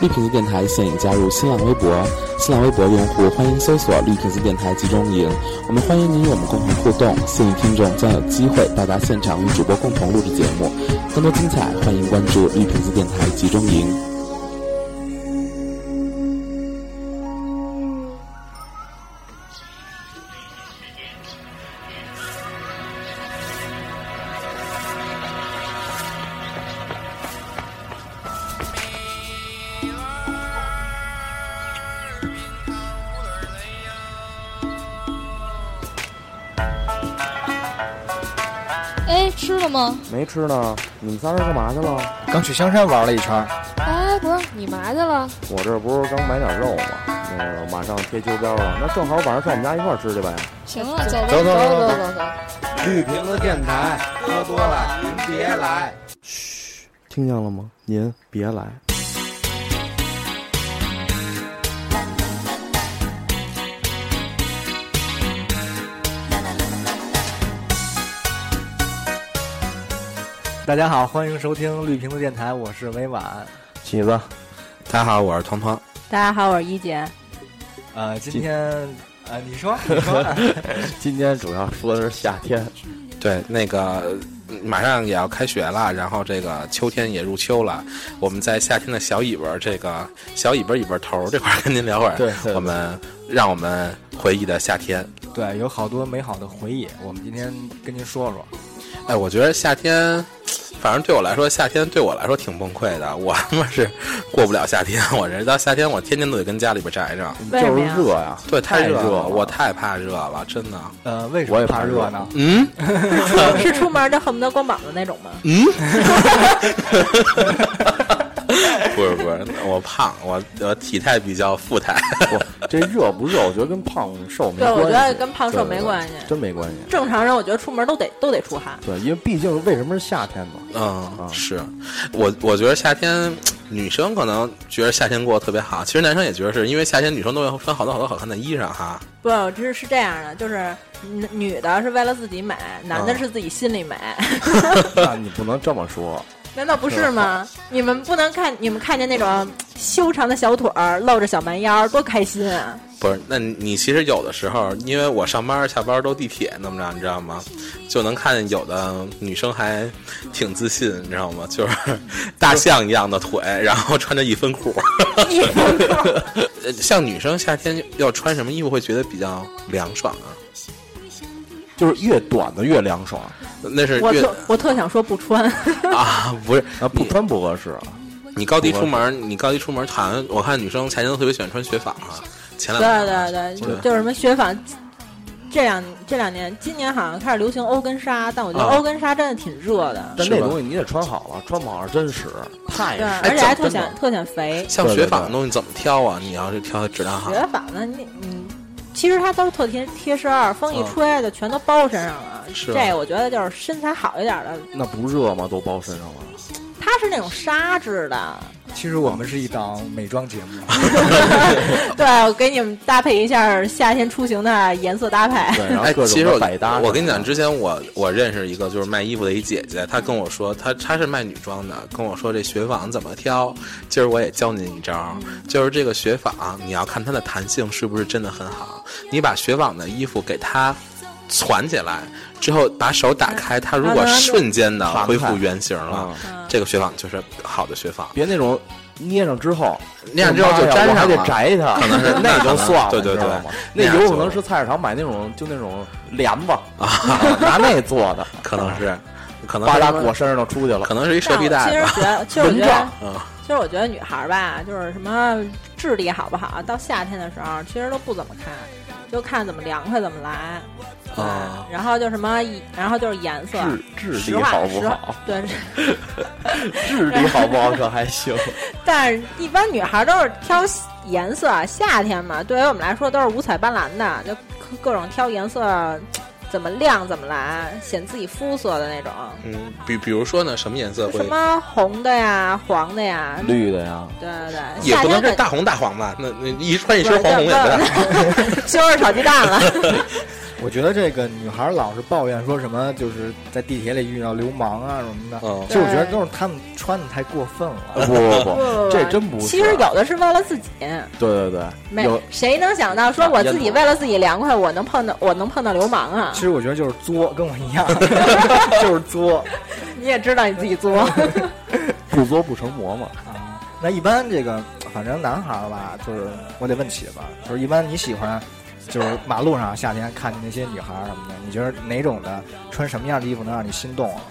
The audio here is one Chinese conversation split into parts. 绿瓶子电台现已加入新浪微博，新浪微博用户欢迎搜索“绿瓶子电台集中营”，我们欢迎您与我们共同互动，幸运听众将有机会到达现场与主播共同录制节目。更多精彩，欢迎关注绿瓶子电台集中营。哎，吃了吗？没吃呢，你们仨人干嘛去了？刚去香山玩了一圈，哎，不是，你嘛去了？我这不是刚买点肉吗？那个马上贴秋膘了，那正好晚上上我们家一块儿吃去呗。行了，走吧，走走走走走走走。绿瓶子电台，喝多了您别来。听见了吗？您别来。大家好，欢迎收听绿瓶子电台，我是每晚。起子，大家好，我是彤彤。大家好，我是一姐。呃，今天呃，你 说，你说，今天主要说的是夏天，对，那个嗯马上也要开学了，然后这个秋天也入秋了，我们在夏天的小尾巴这个小尾巴尾巴头这块儿 跟您聊会儿。对对我们让我们回忆的夏天。对，有好多美好的回忆，我们今天跟您说说。哎，我觉得夏天，反正对我来说，夏天对我来说挺崩溃的。我他妈是过不了夏天，我这到夏天我天天都得跟家里边宅着。就为什么是呀热呀。对，太太热热了我太怕热了，真的。 呃，为什我么也怕怕热热呢？嗯， 是出门就恨不得光膀子那种吗？不是不是，我胖，我我体态比较富态。不，这热不热，我觉得跟胖瘦没对，关系。我觉得跟胖瘦对没对关系。真没关系。正常人，我觉得出门都得都得出汗。对，因为毕竟为什么是夏天嘛？嗯啊，是我我觉得夏天女生可能觉得夏天过得特别好，其实男生也觉得是因为夏天女生都要穿好多好多好看的衣裳哈。不，我这是这样的，就是女女的是为了自己美，男的嗯是自己心里美， 那你不能这么说。难道不是吗？你们不能看，你们看见那种修长的小腿儿，露着小蛮腰儿，多开心啊！不是，那你你其实有的时候，因为我上班下班都地铁那么着，你知道吗？就能看见有的女生还挺自信，你知道吗？就是 大象一样的腿，然后穿着一分裤。你 呃像女生夏天要穿什么衣服会觉得比较凉爽啊？就是越短的越凉爽啊那是我越特我特想说不 穿，啊，不是啊，不你穿不合适啊。你高低出门，你高低出门谈，我看女生夏天都特别喜欢穿雪纺啊。前两对天对对，就是什么雪纺。这两这两年，今年好像开始流行欧根纱，但我觉得啊欧根纱真的挺热的。但是那吧东西你得穿好了，穿不好是真实，太对，实。而且还特真的显特显肥。像对对雪纺的东西怎么挑啊？你要是挑质量啊好，雪纺呢，你你其实它都是特贴贴身儿，风一嗯吹的全都包身上了。啊是这我觉得就是身材好一点的，那不热吗？都包身上了。它是那种纱质 的。其实我们是一档美妆节目，对，我给你们搭配一下夏天出行的颜色搭配。 对，然后哎，各其种实的我百搭。我跟你讲，，之前我我认识一个就是卖衣服的一姐姐，她跟我说，她她是卖女装的，跟我说这雪纺怎么挑。今儿我也教您一招，嗯就是这个雪纺，你要看它的弹性是不是真的很好。你把雪纺的衣服给它攒起来之后，把手打开，它如果啊那那瞬间的弹开恢复原形了啊，这个雪纺就是好的雪纺。别那种捏上之后，那样之后就我粘还上得了。摘它，可能是那那就可能算了，对对你知道对吗那那样有就可能是菜市场买那种就那种帘子啊，拿那做 的，可能是，嗯可能吧是嗒裹身上就出去了可。能是一蛇但我皮其袋实吧。觉得，其实我觉蚊得帐，嗯，其实我觉得女孩儿吧，就是什么智力好不好，到夏天的时候其实都不怎么看，就看怎么凉快怎么来。嗯对啊然后就什么，然后就是颜色。智智实力话好不实话好？对，智力好不好可还 行。但是一般女孩都是挑颜色，夏天嘛，对于我们来说都是五彩斑斓的，就各各种挑颜色，怎么亮怎么来，显自己肤色的那种，嗯，比比如说呢，什么颜色会什？么红的呀、黄的呀，绿的呀，对对，也夏不能天是肯大 红大黄吧？那那一穿一身黄红也不太好。啊西红柿炒鸡蛋了。我觉得这个女孩儿老是抱怨说什么，就是在地铁里遇到流氓啊什么的，嗯其实我觉得都是他们穿的太过分了。不不不不不，不这真不是。其实有的是为了自己，对对对，没有谁能想到说我自己为了自己凉快，我能碰到我能碰到流氓啊其！实我觉得就是作，跟我一 样，就是作。你也知道你自 己作，不作不成魔嘛。啊，那一般这个，反正男孩儿吧，就是我得问起吧，就是一般你喜欢，就是马路上夏天看见那些女孩儿什么的，你觉得哪种的穿什么样的衣服能让你心动啊？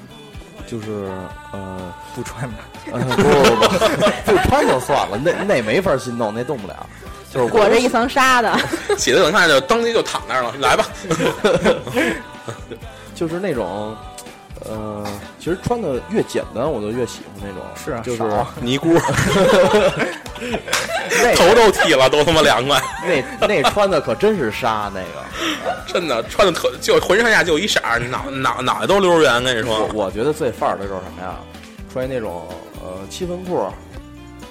就是呃，不穿的，呃不不不，不 穿就算了，那那没法心动，那动不了。就是我裹着一层纱 哎的，起来我看就当即就躺那儿了，来 吧，就是那种，呃，其实穿的越简单，我就越喜欢那种。是啊就是少 尼姑 那头都剃了，都他妈凉快，那那穿的可真是纱那个。真的穿的特就浑身上下就一色儿，脑脑脑袋都溜圆，跟你我说，我觉得最范儿的就是什么呀？穿一那种呃七分裤儿，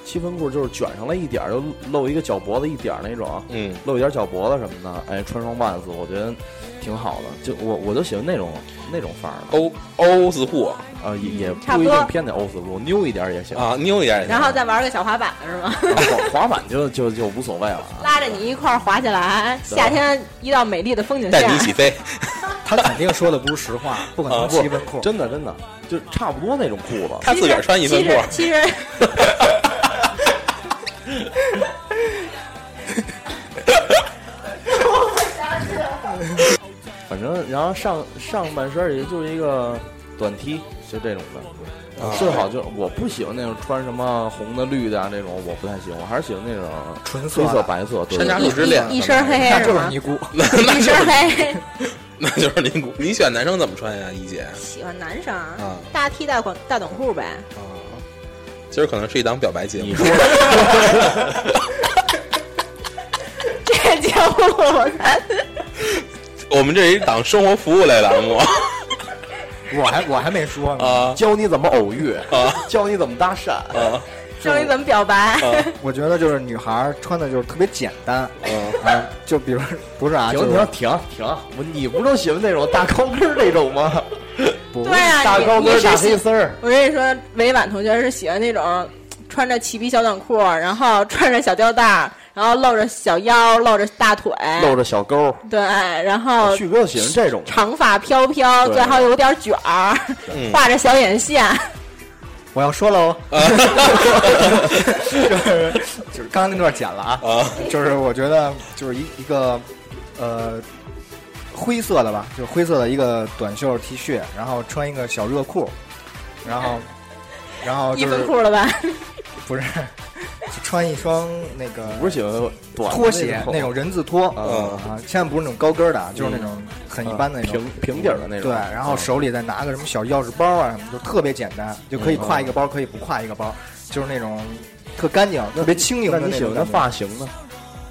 七分裤儿就是卷上来一点儿，就露一个脚脖子一点儿那种，嗯，露一点儿脚脖子什么的。哎，穿双半丝，我觉得挺好的。就我我就喜欢那种那种范儿的，欧欧四户呃，也也差不不一多定偏得欧死路，妞一点儿也行。哦啊，扭一下也行然后再玩个小滑板的是吗？滑滑板就 就就无所谓了。啊拉着你一块儿滑起来，对夏天一到美丽的风景带你线一，起飞，他肯定说的不是实话，不可能啊不七分裤。真的真的就差不多那种裤子。他自个儿穿一分裤，其 实其实反正然后上上半身儿也就是一个短 T，就这种的。啊最好就我不喜欢那种穿什么红的绿的啊那种，我不太喜欢，我还是喜欢那种纯色黑的色白色。对山楂树之恋，一身黑那是就是吗尼？姑，那那 就一身是 黑，那就是尼姑。你选男生怎么穿呀，一姐？喜欢男生啊啊大 T 大短大短裤呗。 今儿可能是一档表白节目 你，说这节目我们这是一档生活服务类栏 目我还我还没说呢。啊教你怎么偶遇，教你怎么搭讪。啊，教你怎么表白，我觉得就是女孩儿穿的就是特别简单，啊，就比如不是啊，就停是停停停！我你不都喜欢那种大高跟儿那种吗？不对啊，大你高跟你儿是大喜黑丝儿。我跟你说，委婉同学是喜欢那种穿着齐逼小短裤，然后穿着小吊带儿，然后露着小腰，露着大腿，露着小钩儿，对，然后旭哥喜欢这种，长发飘飘，对最好有点卷儿，嗯画着小眼线。我要说喽，就是就是刚刚那段剪了啊，啊就是我觉得就是一一个呃灰色的吧，就是灰色的一个短袖 T 恤，然后穿一个小热裤，然后然后一就分是裤了吧？不是就穿一双那个不是喜欢短的拖鞋那那种人字拖嗯啊，千万不是那种高跟儿的啊，就是那种很一般的那种平平底儿的那种。嗯对，然后手里再拿个什么小钥匙包啊什么，就特别简单，就嗯可以挎一个包，可以不挎一个包，就是那种特干净、特别轻盈那的你那喜种欢感的觉发型呢？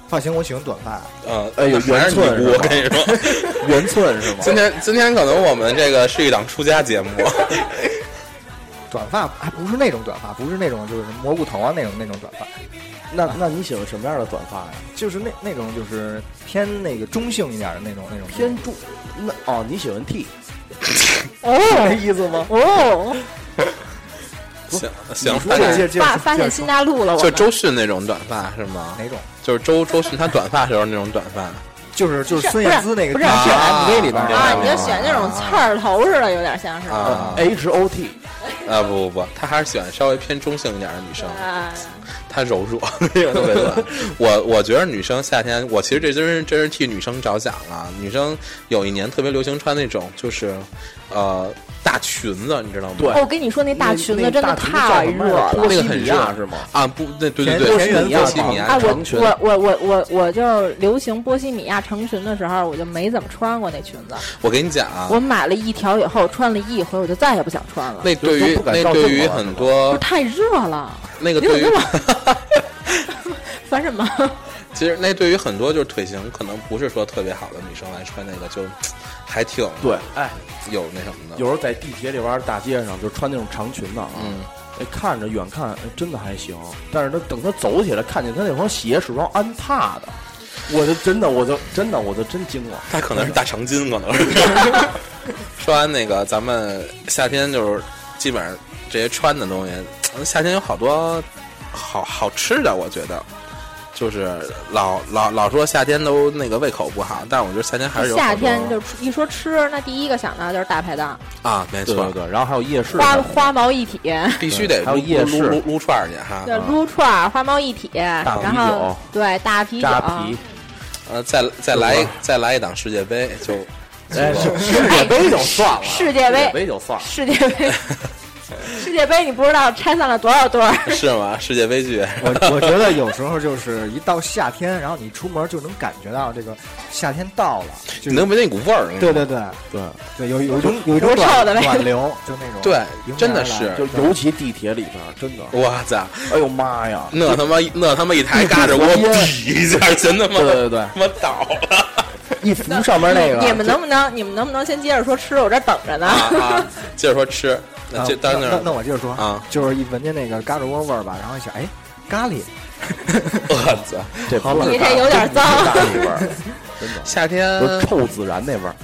发型，我喜欢短发，啊，哎有 还是缘尼姑，分我跟你说，圆寸是吗？ 今天今天可能我们这个是一档出家节 目，短发还不是那种短发，不是那种就是蘑菇头啊那种那种短发， 那那你喜欢什么样的短发呀？就是那那种就是偏那个中性一点的那种那种偏重，那哦，你喜欢剃，哦这意思吗？哦，行行，说反正这发发现新大陆了，我就们周迅那种短发是吗？哪种？就是周周迅她短发时候那种短发，就是就是是孙燕姿那个不是电视剧啊 MV 里边儿啊，那你种就选那种刺儿头似的，有点像是。啊 H O T，啊不不不，她还是喜欢稍微偏中性一点的女生，啊，她柔弱， 那个特别短。我我觉得女生夏天，我其实这真是真是替女生着想了。女生有一年特别流行穿那种就是，呃，大裙子，你知道吗？对哦我跟你说，那大裙子真的太热了。那那个个很很热热是吗？啊不，那对对田对，田园波风西米嘛亚啊，我长裙我我我我我就是流行波西米亚长裙的时候，我就没怎么穿过那裙子。我跟你讲啊，我买了一条以后，穿了一回，我就再也不想穿了，那对就于都不敢那照对镜于子了很是吧不是多太热了。那个你 怎对么于那么烦什么？其实那对于很多就是腿型可能不是说特别好的女生来穿那个就还挺对，哎，有那什么的。有时候在地铁里边、大街上就穿那种长裙子啊，嗯，哎，看着远看哎真的还行，但是他等他走起来，看见他那双鞋是双安踏的，我就真的，我就真的，我就真惊了。他可能是大长今，可能 是。说完那个，咱们夏天就是基本上这些穿的东西，嗯夏天有好多好好吃的，我觉得。就是老老老说夏天都那个胃口不好，但我觉得夏天还是有好多夏天就吃一说吃，那第一个想到就是大排档，啊，没对错，对对，然后还有夜市，花花毛一体，必须得还有撸夜撸市撸撸串儿去哈。对，撸串儿、花毛一体，啤然后酒对大啤酒，扎啤，呃，再再来一再来一档世界杯，就哎，世界杯就算了，世界杯世界杯就算了。世界杯，世界杯你不知道拆散了多 少对儿，是吗？世界杯剧，我我觉得有时候就是一到夏天，然后你出门就能感觉到这个夏天到了，就你是能闻见一股味儿。对对对对，对，有有一种有一种多臭短的味道短流，就那种对迎面而来真的是就尤其地铁里边，真的，我操！哎呦妈 呀！那他妈那他妈一抬嘎着我比一下，真他妈对对对他妈倒了一扶上面那个，你们能不能你们能不能先接着说吃？我这儿等着呢。啊啊！接着说吃，呃那啊就那当那儿那我接着说啊，就是一闻见那个嘎吱窝味儿吧，然后一想，哎，咖喱，我操！这好冷你这有点脏，味儿， 夏天就是臭孜然那味儿。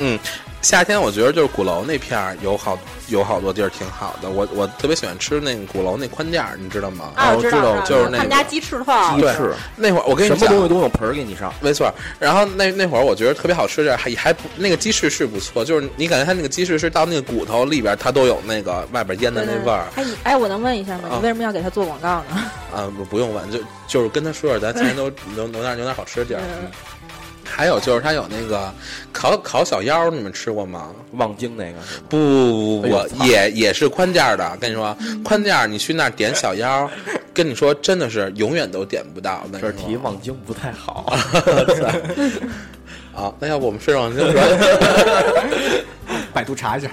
嗯，夏天我觉得就是鼓楼那片儿有好有好多地儿挺好的，我我特别喜欢吃那个鼓楼那宽店儿，你知道吗？啊，我知道，道，就是那他们家个鸡翅套，对翅，那会儿我跟你什么讲东。西都用盆儿给你上，没错，然后那那会儿我觉得特别好吃的还还不那个鸡翅是不错，就是你感觉它那个鸡翅是到那个骨头里边，它都有那个外边腌的对那对味儿。哎哎，我能问一下吗？啊你为什么要给他做广告呢？啊，不不用问，就就是跟他说说，咱前都留留那儿留那儿好吃的地儿。嗯还有就是他有那个烤烤小腰儿，你们吃过吗？望京那个是吗不不不哎呦不，操也也是宽店儿的。跟你说，宽店儿你去那儿点小腰儿，跟你说真的是永远都点不到。我跟你这说题望京不太好。啊，那要不我们顺着往京说。 百度查一下，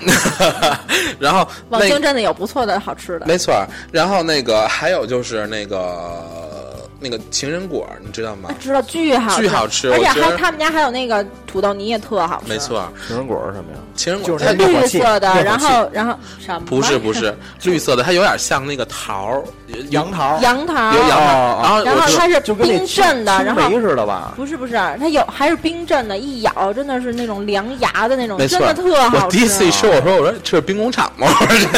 然后望那京真的有不错的好吃的，没错儿，然后那个还有就是那个那个情人果儿，你知道吗？哎知道巨好巨好吃而且我觉还得他们家还有那个土豆泥也特好吃，没，错儿，情人果是什么呀？情人果就儿是它那灭绿火器色的灭火，器然后然后什么？不是不是绿色的，它有点像那个桃儿，有杨桃，杨桃，有杨哦哦桃，然啊然后后我它是就跟那冰镇的，青然后梅似的 吧？不是不是，它有还是冰镇的，一咬真的是那种凉牙的那种，没真错的儿，特好吃。啊我第一次一吃，我说我说这是兵工厂吗？ 我说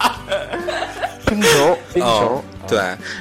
这冰球，冰哦球，对，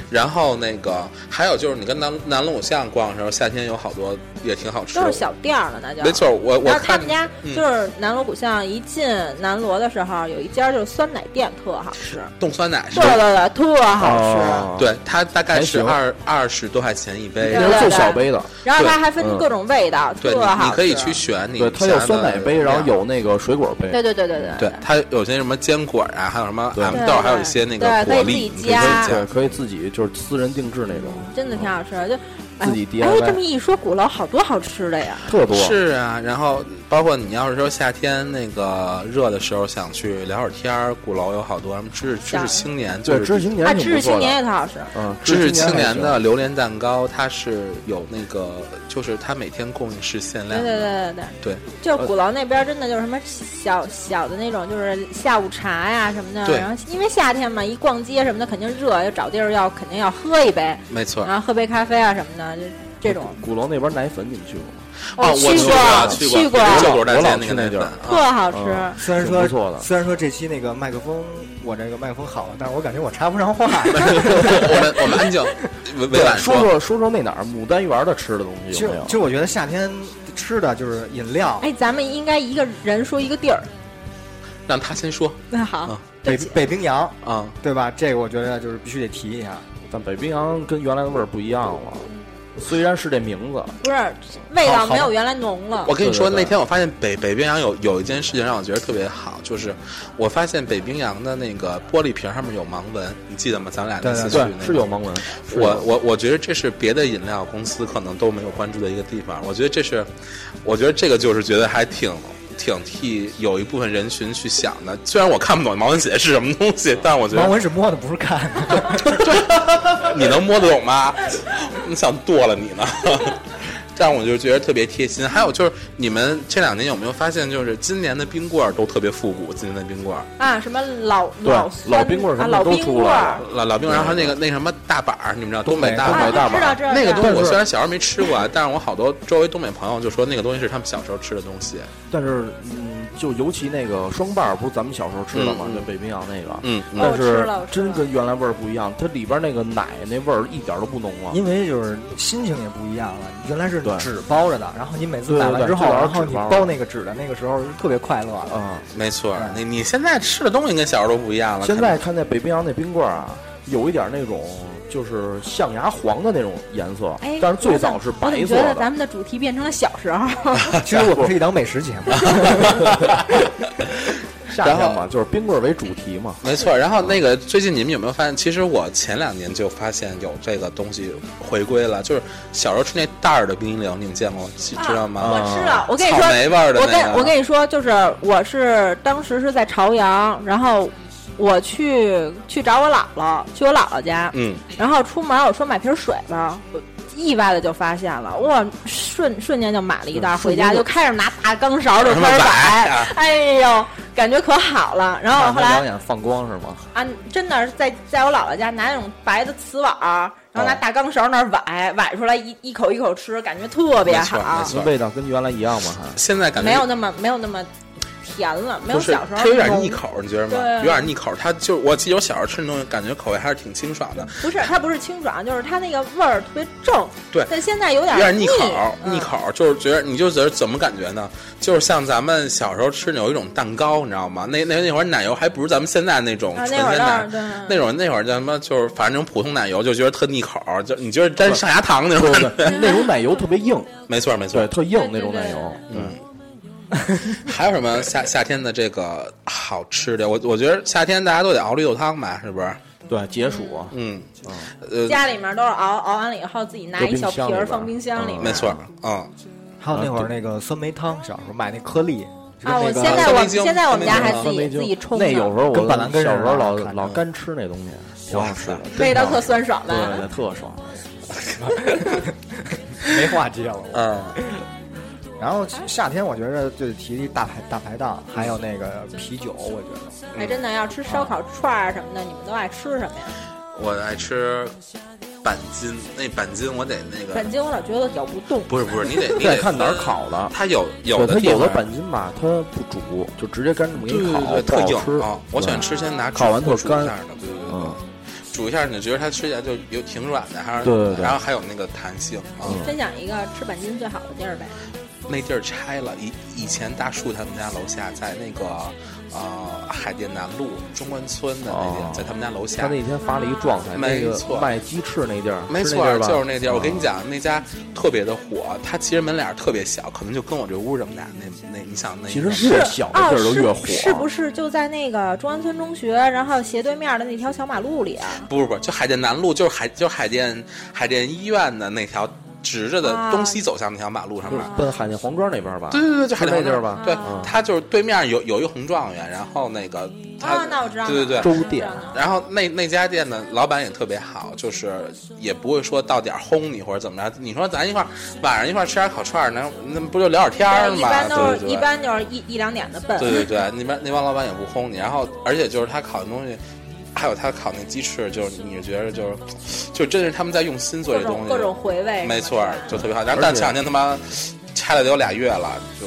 然后那个还有就是你跟南南锣鼓巷逛的时候，夏天有好多也挺好吃的，都是小店儿了，那叫没。错，我我然后他看们家嗯就是南锣鼓巷，一进南锣的时候，有一家就是酸奶店，特好吃。冻酸奶是对对对，特好吃。啊哦，对它大概还是行二二十多块钱一杯对，那是最小杯的，然后它还嗯分各种味道，对，特你好你吃。可以去。选你对，它有想要酸的奶杯，然后量。有那个水果杯，对对对对对，它有些什么坚果啊，还有什么对 M 对豆，对还有一些那个对果可以自粒，己你可以加自己对，可以自己就是私人定制那种，真的挺好吃的。就自己哎， DIY 这么一说，鼓楼好多好吃的呀。特多。是啊，然后包括你要是说夏天那个热的时候想去聊会儿天儿，鼓楼有好多什么知识知识对青年，就对，是知识青啊，年知挺不识错青的年。也特好吃。嗯，知识青还年行的榴莲蛋糕，它是有那个，就是它每天供应是限对量对的。对对对。对就鼓楼那边真的就是什么小小的那种，就是下午茶呀什么的。对然后因为夏天嘛，一逛街什么的肯定热，要找地儿要肯定要喝一杯，没错。然后喝杯咖啡啊什么的，就这种。鼓楼那边奶粉你们去过吗？哦，我过，去去去过，旧狗大我街老那去个那奶地粉儿啊， 特好吃。嗯虽然挺说不错的虽然说这期那个麦克风，我这个麦克风好了，但是我感觉我插不上话。我们我 们安静委委婉说说说说那哪儿牡丹园的吃的东其西有实没有其？实我觉得夏天吃的就是饮料，哎，咱们应该一个人说一个地儿。让他先说那好啊，对北不起北冰洋，啊。对吧？这个我觉得就是必须得提一下。但北冰洋跟原来的味儿不一样了，虽然是这名字，不是味好道好没有原来浓了我。跟你说，对对对那天我发现北北冰洋有有一件事情让我觉得特别好，就是我发现北冰洋的那个玻璃瓶上面有盲文，你记得吗？咱俩那次对去对那，个是有。盲文。是我有我我觉得这是别的饮料公司可能都没有关注的一个地方。我觉得这是，我觉得这个就是觉得还挺挺替有一部分人群去想的。虽然我看不懂盲文写的是什么东西，但我觉盲得文是摸的，不是 看的。你能摸得懂吗？你想剁了你呢。但我就觉得特别贴心。还有就是你们这两年有没有发现，就是今年的冰棍儿都特别复古，今年的冰棍儿。啊，什么老对老老老冰棍儿什啊，么老都冰出棍来儿老老冰棍儿，然后那个那什么大板儿，你们知道东北北大东板北儿大啊，知道知道那个知道东西我但是虽然小时候没吃过，啊，但是我好多周围东北朋友就说那个东西是他们小时候吃的东西。但是嗯，就尤其那个双棒儿，不是咱们小时候吃的吗？嗯嗯就北冰洋那个，嗯，嗯哦但我吃是了我吃了真跟原来味儿不一样，它里边那个奶那味儿一点儿都不浓了。因为就是心情也不一样了，你原来是对纸包着的，然后你每次对打对完对之后，最早是然后纸你包包的那个纸的那个时候，特别快乐 了。啊，没错儿，对你你现在吃的东西跟小时候都不一样了。现可能在看那北冰洋那冰棍儿啊，有一点那种就是象牙黄的那种颜色哎，，但是最我怎早么是我怎白么色觉得的。咱们的主题变成了小时候，其实我们是一档美食节目，夏天嘛，就是冰棍儿为主题嘛。没错，然后那个最近你们有没有发现？其实我前两年就发现有这个东西回归了，就是小时候吃那袋儿的冰激凌，你们见过知知道吗？ 啊啊我吃了。我跟你草说，莓味儿的我那个跟我跟你说，就是我是当时是在朝阳，然后我去去找我姥姥，去我姥姥家，嗯，然后出门我说买瓶水吧，我意外的就发现了，哇，瞬瞬间就买了一嗯袋儿回家，就开始拿大钢勺就什么开始摆摆啊，哎呦，感觉可好了。然哦后后来眼放光是吗？啊，真的是在在我姥姥家拿那种白的瓷碗儿，嗯然后拿大钢勺那儿崴崴出来一一口一口吃，感觉特别没错好没，错那味道跟原来一样吗？还现在感觉没有那么没有那么甜了，没有就是小时候它有点那种腻。口，你觉得吗？对有点腻口，它就我记得我小时候吃那东西，感觉口味还是挺清爽的，不是，它不是清爽，就是它那个味儿特别正。对但现在有点有点腻口，嗯腻口就是觉得你就觉得怎么感觉呢？就是像咱们小时候吃的有一种蛋糕，你知道吗？那那那会儿奶油还不是咱们现在那种啊，纯那会鲜儿奶倒，是那对种那会儿叫什么？就是反正那种普通奶油，就觉得特腻口，就你觉得沾上牙糖那种感觉。那种奶油特别硬， 没错没错对，，特硬那种奶油。嗯。还有什么夏夏天的这个好吃的？我我觉得夏天大家都得熬绿豆汤吧，是不是？对，解暑啊，嗯，家里面都是熬熬完了以后自己拿有一小冰箱瓶里儿边放冰箱里嗯面。没错，嗯，还有那会儿那个酸梅汤，小时候买那颗粒，就是那啊，我个现在酸我梅精现在我们家酸梅还精自己自己冲呢，那有时候我跟板蓝根似的小时候老看着老干吃那东西，挺好吃的，味道特酸爽对对，吧？对特爽。 没话接了。嗯，然后夏天我觉着就提大排大排档，还有那个啤酒，我觉得哎，真的要吃烧烤串儿什么的，你们都爱吃什么呀？我爱吃板筋，那板筋我得那个本，京我老觉得咬不动，不是不是，你得你这得得看哪儿分烤的它有有对的它地有的方板筋吧，它不煮，就直接干这么给对你对烤，对，不特硬好吃啊！我喜欢吃先拿烤完煮特煮一干下的，对对对，嗯，煮一下你就觉得它吃起来就有挺软的，还是对对对嗯然后还有那个弹性啊。分享一个吃板筋最好的地儿呗。那地儿拆了，以以前大树他们家楼下，在那个呃海淀南路中关村的那地儿，哦在他们家楼他下。那天发了一状态，没那个错卖鸡翅那地儿，没是错那地儿，吧啊嗯就是那地儿。我跟你，讲，那家特别的火，它其实门脸儿特别小，可能就跟我这屋这么大。那那你想那其实个越小的地儿就越火，哦是是不是就在那个中关村中学，然后斜对面的那条小马路里啊？不是不是，就海淀南路，就是海就是海淀海淀医院的那条直着的啊东西走向那条马路上就是面。奔海淀黄庄那边吧？对对对，就海淀那黄地儿庄吧？对嗯，它就是对面有有一红状元，然后那个它啊，那我知道了。对对对。周店然后那那家店呢，老板也特别好，就是也不会说到点儿轰你或者怎么着。你说咱一块儿晚上一块儿吃点烤串儿，那那不就聊点天儿对，一吗？般都对是对一对。般就是一一两点的 奔。对对对，那边那帮老板也不轰你，然后而且就是他烤的东西，还有他烤那鸡翅，就是你觉得就是，就真是他们在用心做各这东种西，各种回味，没错儿，就特别好。然后而但且前两天他妈拆了得有俩月了，就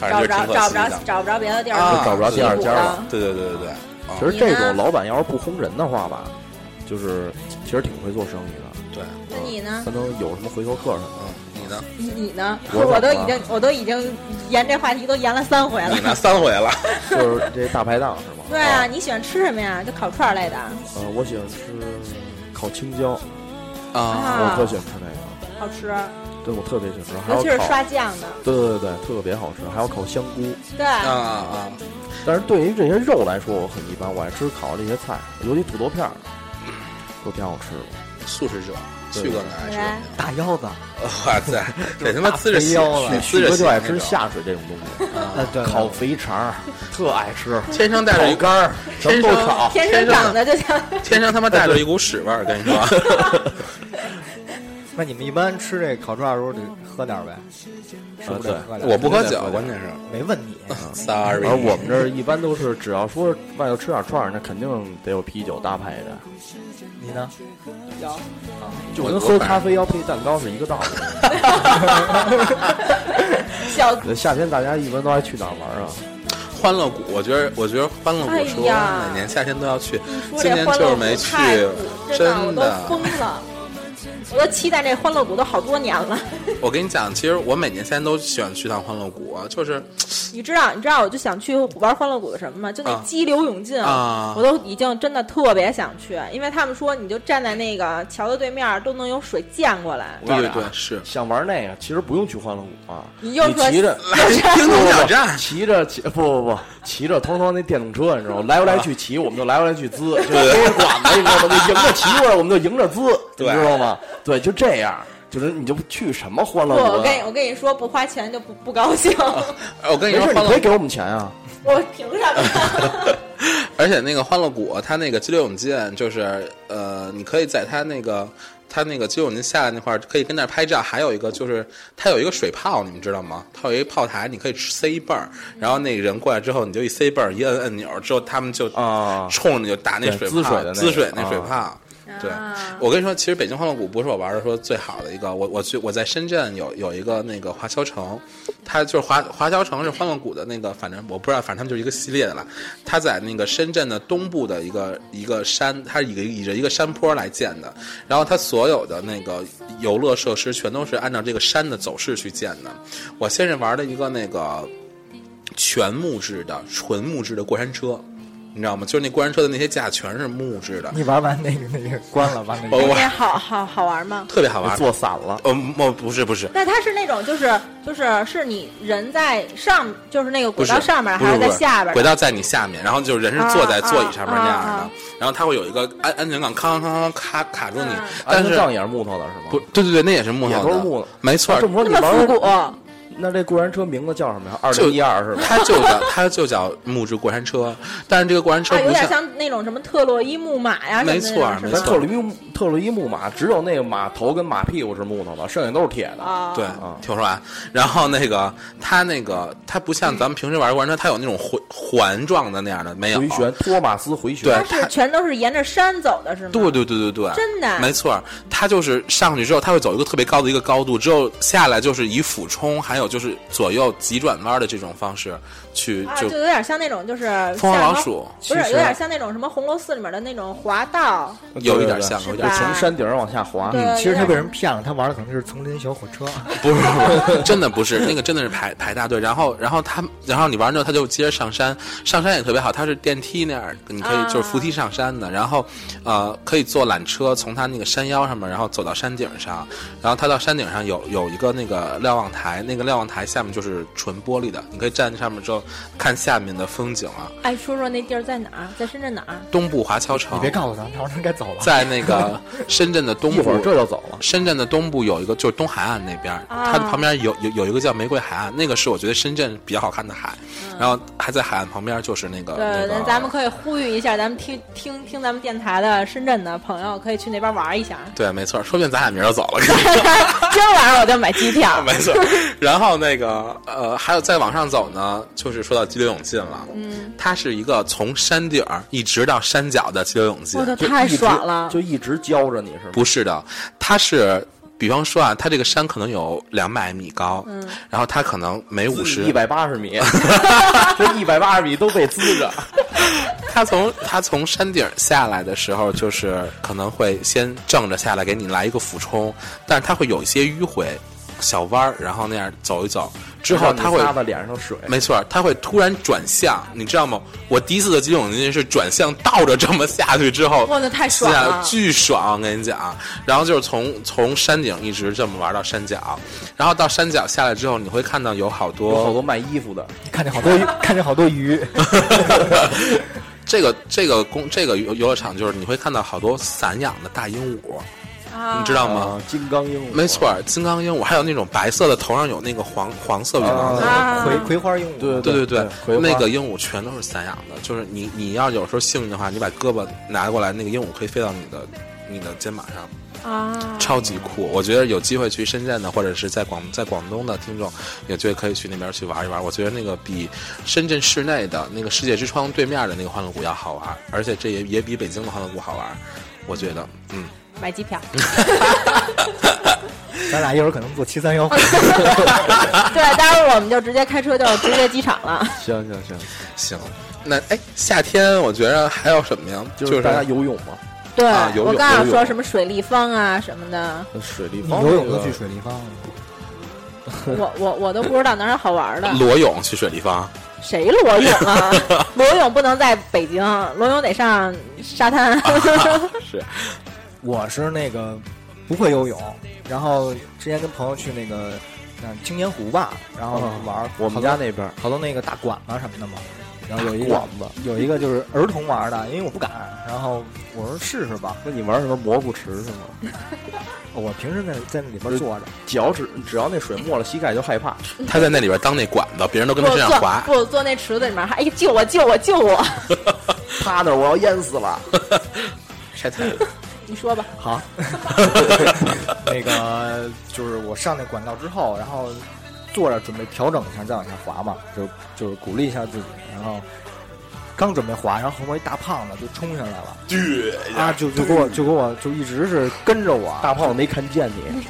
反找正就不挺可着找惜不的着。找不着别的地儿啊了，找不着第二家了了。对对对对对，啊其实这种你呢老板要是不轰人的话吧，就是其实挺会做生意的，对，那你呢他？能有什么回头客什么嗯，你 呢？你你呢？我我都怎么已经我都已经沿这话题都沿了三回你呢？了。三回了，的，就是这大排档是吗？ 对啊，你喜欢吃什么呀？就烤串儿类的，呃，我喜欢吃烤青椒，啊， 啊我特喜欢吃那个，好吃，对我特别喜欢吃，还尤其是有烤，刷酱的。对对对对，特别好吃，还有烤香菇。对，啊啊！但是对于这些肉来说，我很一般，我爱吃烤这些菜，尤其土豆片儿，都挺好吃的。素食者，旭对哥哪爱吃来？大腰子，哇 塞，得他妈呲肥着血腰了，呲许着哥血就爱那吃种下水这种东西，呃，对，烤肥肠儿，特爱吃，天生带着一 烤干儿，什么都烤。天生长得就像。 天生他妈带着一股屎味儿，跟你说。那你们一般吃这烤串儿的时候得喝点儿呗？是啊不是对得喝点儿？我不喝对酒嗯对，对关键是没问你， sorry。而我们这儿一般都是，只要说外头吃点串儿，那肯定得有啤酒搭配的，你呢？就我跟我喝反咖啡要配蛋糕是一个 道理。 啊 小那夏天大家一般都爱去哪儿玩啊？欢乐谷，我觉得我觉得欢乐哎谷是我呀每年夏天都要去，说今这年欢就乐是谷没去太苦，我真都的。疯了。我都期待这欢乐谷都好多年了，我跟你讲，其实我每年夏天都喜欢去趟欢乐谷，啊就是你知道，你知道，我就想去玩欢乐谷的什么吗？就那啊激流勇进，啊我都已经真的特别想去，因为他们说你就站在那个桥的对面，都能有水溅过来。我告对诉你对啊对，是想玩那个，其实不用去欢乐谷啊，你你 又说骑着。听懂挑战， 骑着骑不不不骑着偷偷那电动车，你知道吗？来回来去骑，我们就来回来去滋，就没人管了，你知道吗？就迎着骑过来，我们就迎着滋，你对知道吗？对，就这样，就是你就去什么欢乐不，谷我啊？跟你我跟你说，不花钱就不不高兴，啊哎我跟你没说事，欢你乐可以给我们钱啊。我凭什么？ 而且那个欢乐谷，它那个激流勇进，就是呃，你可以在它那个它那个激流勇进下来那块儿，可以跟那儿拍照。还有一个就是它有一个水泡，你们知道吗？它有一个炮台，你可以塞一泵儿，然后那个人过来之后，你就一塞泵儿，一摁按钮儿之后，他们就啊冲着你就打那对水泡，滋水的那个滋水那水啊泡。对，我跟你说，其实北京欢乐谷不是我玩的说最好的一个。我我去我在深圳有有一个那个华侨城，它就是华华侨城是欢乐谷的那个，反正我不知道，反正他们就是一个系列的了。它在那个深圳的东部的一个一个山，它是以以着一个山坡来建的，然后它所有的那个游乐设施全都是按照这个山的走势去建的。我先是玩了一个那个全木质的、纯木质的过山车。你知道吗？就是那过山车的那些架全是木质的，哦你玩完那个那个关了，完我了。我那好好好玩吗？特别好玩。坐哦散了，嗯，我不是不是，那它是那种就是就是是你人在上，就是那个不轨是道上面，不还是在不是下边？轨道在你下面，然后就是人是坐在啊座椅上面啊那样啊的，然后它会有一个安安全港，康康康卡卡住你啊，但安是全杖也是木头的，是吗？不，对对对，那也是木也头的，都是木头。没错那这，么说那你么玩复古，啊那这过山车名字叫什么呀？二就零一二是吧？它就叫它就叫木质过山车，但是这个过山车啊，有不点像那种什么特洛伊木马呀什么没的错那种没是咱吧特洛伊木特洛伊木马只有那个马头跟马屁股是木头的，剩下都是铁的。啊，对啊，听说完。然后那个它那个它不嗯像咱们平时玩过山车，它有那种环环状的那样的，没有回旋，托马斯回旋。对它是全都是沿着山走的，是吗？对对对对对，真的没错儿，它就是上去之后，它会走一个特别高的一个高度，之后下来就是以俯冲，还有就是左右急转弯的这种方式去啊，就就有点像那种就是蜂像王老什么鼠不是其实有点像那种什么《红楼梦》里面的那种滑道，有一点像，对有一是点吧从山顶上往下滑。嗯对，其实他有被点人骗了，他玩的可能是丛林小火车。不是不是，真的不是，那个真的是排排大队，然后然后他然后你玩完之后，他就接着上山，上山也特别好，它是电梯那样，你可以就是扶梯上山啊的，然后呃可以坐缆车从它那个山腰上面，然后走到山顶上，然后它到山顶上有有一个那个瞭望台，那个瞭望台下面就是纯玻璃的，你可以站在上面之后看下面的风景啊，哎，说说那地儿在哪儿？在深圳哪儿？东部华侨城你，别告诉咱，他说该走了。在那个深圳的东一部会儿这就走了。深圳的东部有一个，就是东海岸那边儿，啊它旁边有有有一个叫玫瑰海岸，那个是我觉得深圳比较好看的海。然后还在海岸旁边就是那个嗯对，那那个，咱们可以呼吁一下，咱们听听听咱们电台的深圳的朋友，可以去那边玩一下。 对，没错，说不定咱俩明儿就走了。。今儿晚上我就买机票 没错。然后那个呃，还有再往上走呢，就是说到激流勇进了。嗯，它是一个从山顶儿一直到山脚的激流勇进我。的就太一直爽了！就一直教着你是吗？不是的，它是。比方说啊，它这个山可能有两百米高，嗯然后它可能每五十一百八十 米，这一百八十米都被滋着。他从他从山顶下来的时候，就是可能会先正着下来，给你来一个俯冲，但是他会有一些迂回、小弯儿，然后那样走一走，之后他会擦在脸上水，没错，他会突然转向，你知道吗？我第一次的激动经历是转向倒着这么下去之后，哇那太爽了是啊巨爽！我跟你讲，然后就是从从山顶一直这么玩到山脚，然后到山脚下来之后，你会看到有好多有好多卖衣服的，看见好 多鱼，看见好多鱼，这个这个公这个游游乐场就是你会看到好多散养的大鹦鹉，啊你知道吗？啊，金刚鹦鹉，没错儿，金刚鹦鹉，还有那种白色的，头上有那个黄黄色羽毛的。啊葵葵花鹦鹉。对对对对葵花那个鹦鹉全都是散养的，就是你你要有时候幸运的话，你把胳膊拿过来，那个鹦鹉可以飞到你的你的肩膀上，啊，超级酷。我觉得有机会去深圳的，或者是在广在广东的听众，有机会可以去那边去玩一玩。我觉得那个比深圳市内的那个世界之窗对面的那个欢乐谷要好玩，而且这也也比北京的欢乐谷好玩。我觉得，嗯，买机票。咱俩一会儿可能坐七三幺， 对，待会儿我们就直接开车就直接机场了。行行行，行。那哎，夏天我觉得还有什么呀？就就是大家游泳嘛，对，啊游我泳刚想游说泳什么水立方啊什 么的，水立你方游泳那都个去水立方了，我我我都不知道哪儿有好玩的。裸泳去水立方，谁裸泳啊？ 裸泳不能在北京，裸泳得上沙啊 滩。是我是那个不会游泳，然后之前跟朋友去那个那青年湖吧，然后嗯玩儿我好们多家那边儿好多那个大管子什么的嘛，然后有一个管子。有一个就是儿童玩的，因为我不敢，然后我说试试吧，那你玩什么蘑菇池是吗？我平时在在那里边坐着，脚趾只要那水没了膝盖就害怕，他在那里边当那管子，别人都跟他不身上滑。坐不坐那池子里面，还哎救我救我救我！趴那儿我要淹死 了。晒太阳，你说吧，好， 那个就是我上那管道之后，然后坐着准备调整一下，再往下滑嘛，就就是鼓励一下自己，然后刚准备滑，然后后面一大胖子就冲上来了，啊，就就给我就给我就一直是跟着我，大胖子没看见 你，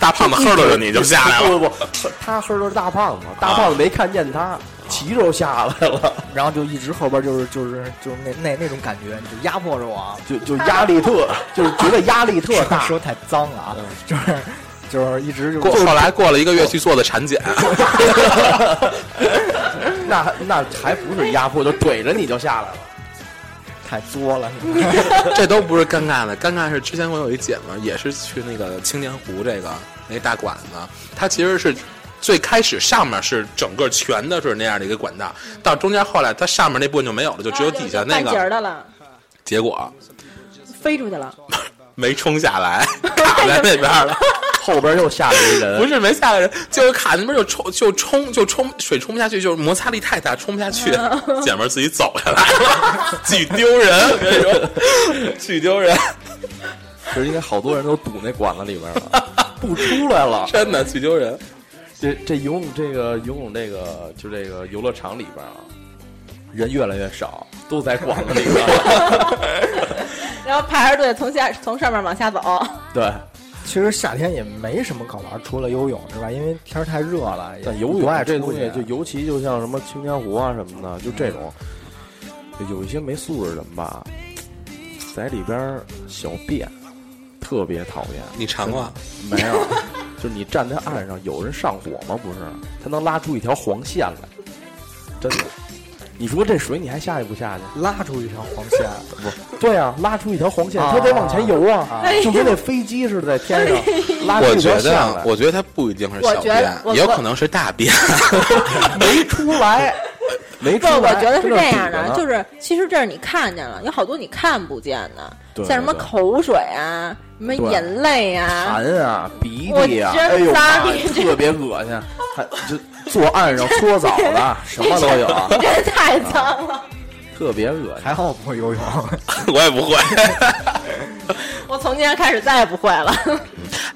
大胖子呵溜着你就下来了。不不不，他呵都是大胖子，大胖子没看见他，骑着下来了，然后就一直后边就是就是就是那那那种感觉，就压迫着我， 就就压力 特，就是觉得压力特大。说太脏了啊，就是就是一直就过后来过了一个月去做的产检， 那那还不是压迫，就怼着你就下来了。太作了，这都不是尴尬的，尴尬是之前我有一姐们儿也是去那个青年湖这个那大管子，它其实是最开始上面是整个全的是那样的一个管道，到中间后来它上面那部分就没有了，就只嗯啊有底下那啊半截个，儿的了，结果飞出去了。没冲下来， 卡在那边 了。后边又下来一人，不是没下来人，就是卡那边就冲就冲就冲水冲不下去，就是摩擦力太大，冲不下去。嗯 姐们儿自己走下来了，巨丢人，我跟你说，巨丢人，可是应该好多人都堵那管子里边 了，不出来了。真的巨丢人。这这游泳这个游泳这个就这个游乐场里边啊，人越来越少，都在管子里边 了。然后排着队从下从上面往下走，对，其实夏天也没什么可玩，除了游泳之外，因为天儿太热了。也但游不泳爱这出东去啊西，就尤其就像什么青年湖啊什么的，就这种，有一些没素质的人吧，在里边儿小便，特别讨厌。你尝过？没有， 就是你站在岸上，有人上火吗？不是，他能拉出一条黄线来，真的。你说这水你还下去不下去？拉出一条黄线，对啊，拉出一条黄线，啊他得往前游啊，哎就跟那飞机似的在天上拉我出一觉条线得啊来，，我觉得它不一定是我小觉得便，我也有我可能是大便。 没出来，没出不，来。我觉得是跟那这样比的，啊呢就是其实这是你看见了，有好多你看不见的，对像什么对口水啊，什么对眼泪啊， 痰啊、鼻涕啊，我真哎呦发妈呀你，这特别恶 心，还就坐岸上搓澡的，什么都有，啊真太脏了。特别恶心。还好我不 会游泳。我也不会。 我从今天开始再也不会了。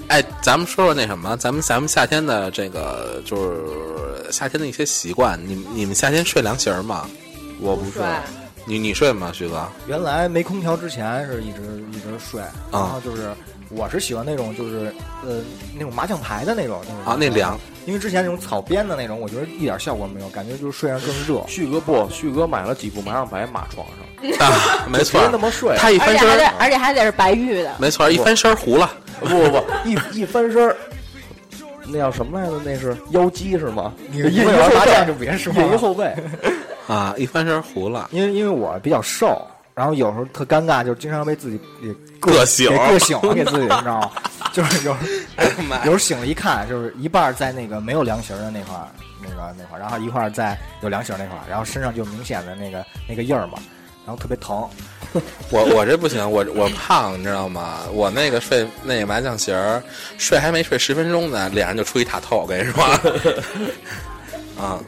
哎，咱们说说那什么，咱们咱们夏天的这个就是夏天的一些习惯。你你们夏天睡凉席儿吗？我不睡，你你睡吗，徐哥？啊原来没空调之前是一直一直睡，然啊后就是我是喜欢那种就是呃那种麻将牌的那种啊，那凉，因为之前那种草编的那种，我觉得一点效果没有，感觉就是睡上更 热。旭哥不，旭哥买了几副麻将牌码床上，啊，没错别那么睡。他一嗯而翻且身还得儿，，而且还得是白玉的，没错儿，一翻身儿糊了。不不不，一一翻身儿，那叫什么来着？那是腰肌是吗？你引一一玩麻后将背，就别说引一了，后背。 啊，一翻身儿糊了。因为因为我比较瘦，然后有时候特尴尬，就是经常被自己给硌醒给硌醒了，给自己你知道吗？ 就是有时候哎呀妈 有时候醒了，一看就是一半儿在那个没有凉席儿的那块儿，那个那块儿，然后一块儿在有凉席儿那块儿，然后身上就明显的那个那个印儿嘛，然后特别啊疼。我我这不行，我我胖，你知道吗？我那个睡那个麻将席儿，睡还 没睡十分钟呢，脸上就出一塔透，我跟你说。啊，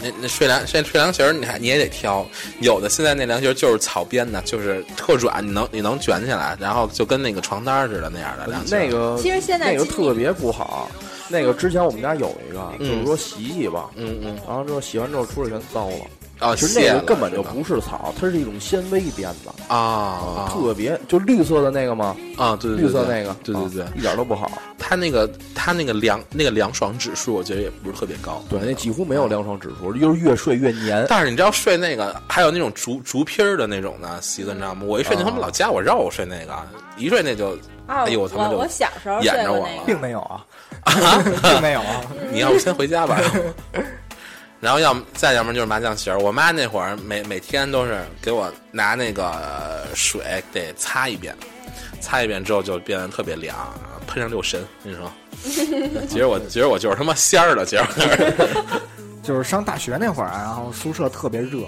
那那睡凉睡睡凉席儿，你还你也得挑，有的现在那凉席儿就是草编的，就是特软，你能你能卷起来，然后就跟那个床单儿似的那样的凉席儿。那个其实现那在个经济特别不好。那个之前我们家有一个，嗯就是说洗衣吧，嗯嗯然后之后洗完之后出来全糟啊了。哦，其实那谢个了根本就是吧不是草，它是一种纤维编的，啊啊特别就绿色的那个吗？啊对对对绿色对那个，对对对啊，一点都不好。它那个它那个凉那个凉爽指数，我觉得也不是特别高。对，那几乎没有凉爽指数，就是越睡越黏。但是你知道睡那个，还有那种竹竹皮儿的那种的席子，你知道吗？我一睡那他们老家我让我睡那个，一睡那就啊，哎呦我他妈我就我小时候演睡着过我那了个，并没有 啊，并没有啊，你要不先回家吧。然后要么再要么就是麻将席儿，我妈那会儿每每天都是给我拿那个呃水得擦一遍，擦一遍之后就变得特别凉，喷上六神，跟你说。其实我其实我就是他妈仙儿了，其实就是上大学那会儿啊，然后宿舍特别热，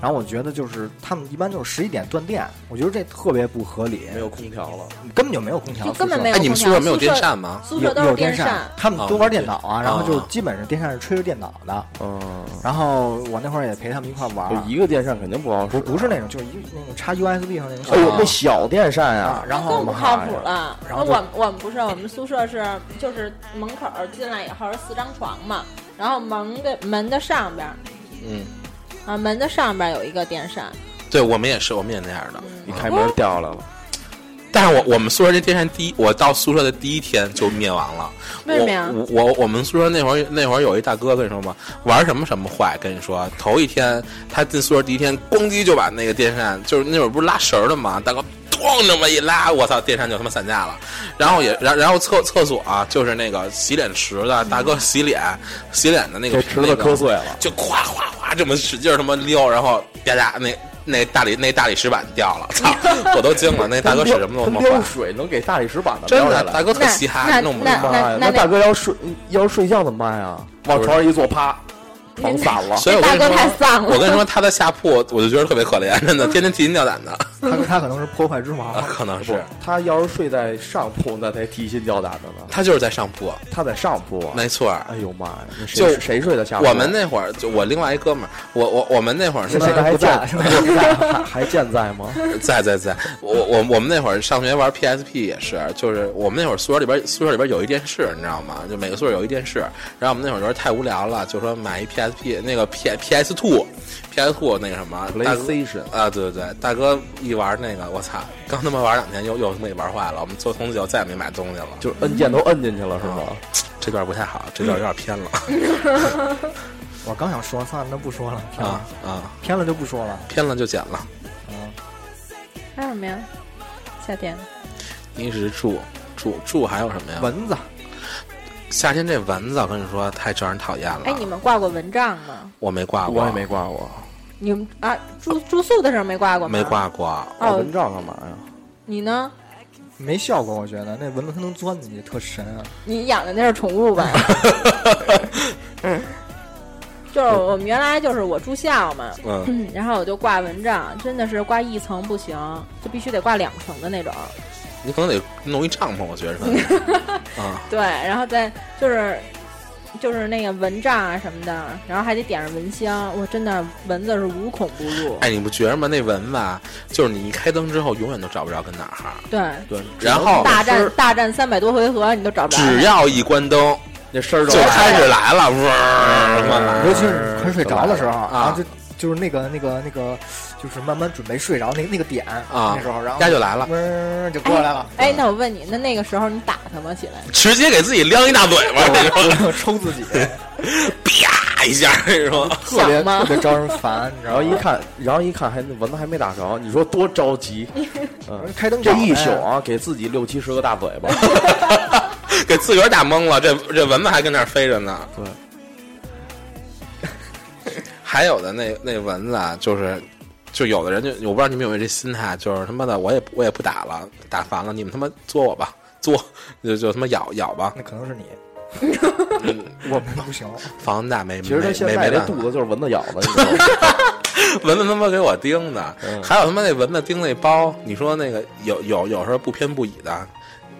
然后我觉得就是他们一般就是十一点断电，我觉得这特别不合理，有空调了，根本就没有空调，就根本宿舍没有哎，你们空宿舍调没有宿电舍扇吗？宿舍有都有是电扇，他们都玩电脑啊，哦然后就对基本上电扇是吹着电脑的。嗯，然后我那会儿也陪他们一块玩儿就，一个电扇肯定啊不好使，啊不不是那种，就是一那种插 USB 上那种小哎呦，那的小电扇啊呀，，然那后更不妈靠呀谱了。然后就我们我们不是，我们宿舍是就是门口儿进来以后是四张床嘛，然后门的门的上边儿嗯，啊，门的上边儿有一个电扇，对我们也是，我们也那样的。一开门掉下来了。但是我我们宿舍这电扇第一，我到宿舍的第一天就灭亡了。为什么呀我我我我们宿舍那会儿那会儿有一大哥跟你说嘛，玩什么什么坏，跟你说头一天他进宿舍第一天，咣叽就把那个电扇，就是那会儿不是拉绳儿的嘛，大哥。咣这么一拉，我操，电扇就他妈散架了。然后也，然然后厕厕所啊，就是那个洗脸池的，大哥洗脸，洗脸的那个给池子磕碎了就哗哗哗这么使劲儿他妈溜，然后啪嗒那那大理那大理石板掉了， 操，我都惊了，那大哥使什么他都他妈撩坏。水能给大理石板的真撩下的，大来。哥特嘻哈，那弄不那明白。妈呀，那那大哥要睡要睡觉怎么办呀？往床上一坐，啪，床散了。所以我大跟哥你太说，丧我了。跟你说，他的下铺，我就觉得特别可怜，真的，天天提心吊胆的，他他可能是破坏之 啊王，可能不是他要是睡在上铺，那才提心吊胆的呢。他就是在上铺，他在上铺啊，没错。哎呦妈呀，那谁就谁睡的下铺？啊我们那会儿，就我另外一哥们儿，我我我们那会儿是现在还不在健现在不在还还健在吗？在在在，我我我们那会儿上学玩 PSP 也是，就是我们那会儿宿舍里边宿舍里边有一电视，你知道吗？就每个宿舍有一电视。然后我们那会儿觉得太无聊了，就说买一 PSP 那个 P PS Two PS Two 那个什么大哥 PlayStation 啊，对对对，大哥一玩那个，我操，刚他妈玩两天又又他妈给玩坏了，我们就从此就再也没买东西了。就就是摁键都摁进去了是吗？这段不太好，这段有点偏了、我刚想说，算了，那不说了，嗯偏啊了， 啊，偏了就不说了。偏了就剪了，还有什么呀？夏天啊一直住住住还有什么呀？蚊子，夏天这蚊子，我跟你说太招人讨厌了。哎，你们挂过蚊帐吗？我没挂过，我也没挂过。你们啊住住宿的时候没挂过吗？没。挂过。挂哦蚊，帐干嘛呀？你呢？没效果，我觉得那蚊子它能钻进去，特神啊！你养的那是宠物吧？ 嗯就是我们原来就是我住校嘛， 嗯，嗯， 然后我就挂蚊帐，真的是挂一层不行，就必须得挂两层的那种。你可能得弄一帐篷，我觉着。啊，对，然后再就是就是那个蚊帐啊什么的，然后还得点上蚊香。我真的蚊子是无孔不入。哎，你不觉着吗？那蚊子啊，就是你一开灯之后，永远都找不着跟哪儿哈。对，对，然后大战大战三百多回合，你都找不着。只要一关灯，那声儿就都来开始来了，呃嗯嗡，尤其是你快睡着的时候，啊然后就就是那个那个那个，就是慢慢准备睡着那那个点啊那时候，然后家就来了，嗡就过来了，哎，那我问你，那那个时候你打它吗？起来？直接给自己撩一大嘴巴，你说 抽自 己， 啪一下，你说特别想吗特别招人烦，你知然道后吗？一看，然后一看还那蚊子还没打着，你说多着急？嗯，开灯这找一呗宿啊，给自己六七十个大嘴巴。给自个儿打懵了，这这蚊子还跟那儿飞着呢。对， 还有的那那蚊子啊，就是。就有的人就我不知道你们有没有这心态，就是他妈的我也我也不打了，打烦了，你们他妈作我吧，作就就他妈咬咬吧，那可能是你， 嗯我们不行，房子大没其实他没现没在没这办法肚子就是蚊子咬的，你知道吗？ 蚊子他妈给我叮的，嗯还有他妈那蚊子叮那包，你说那个有有有时候不偏不倚的，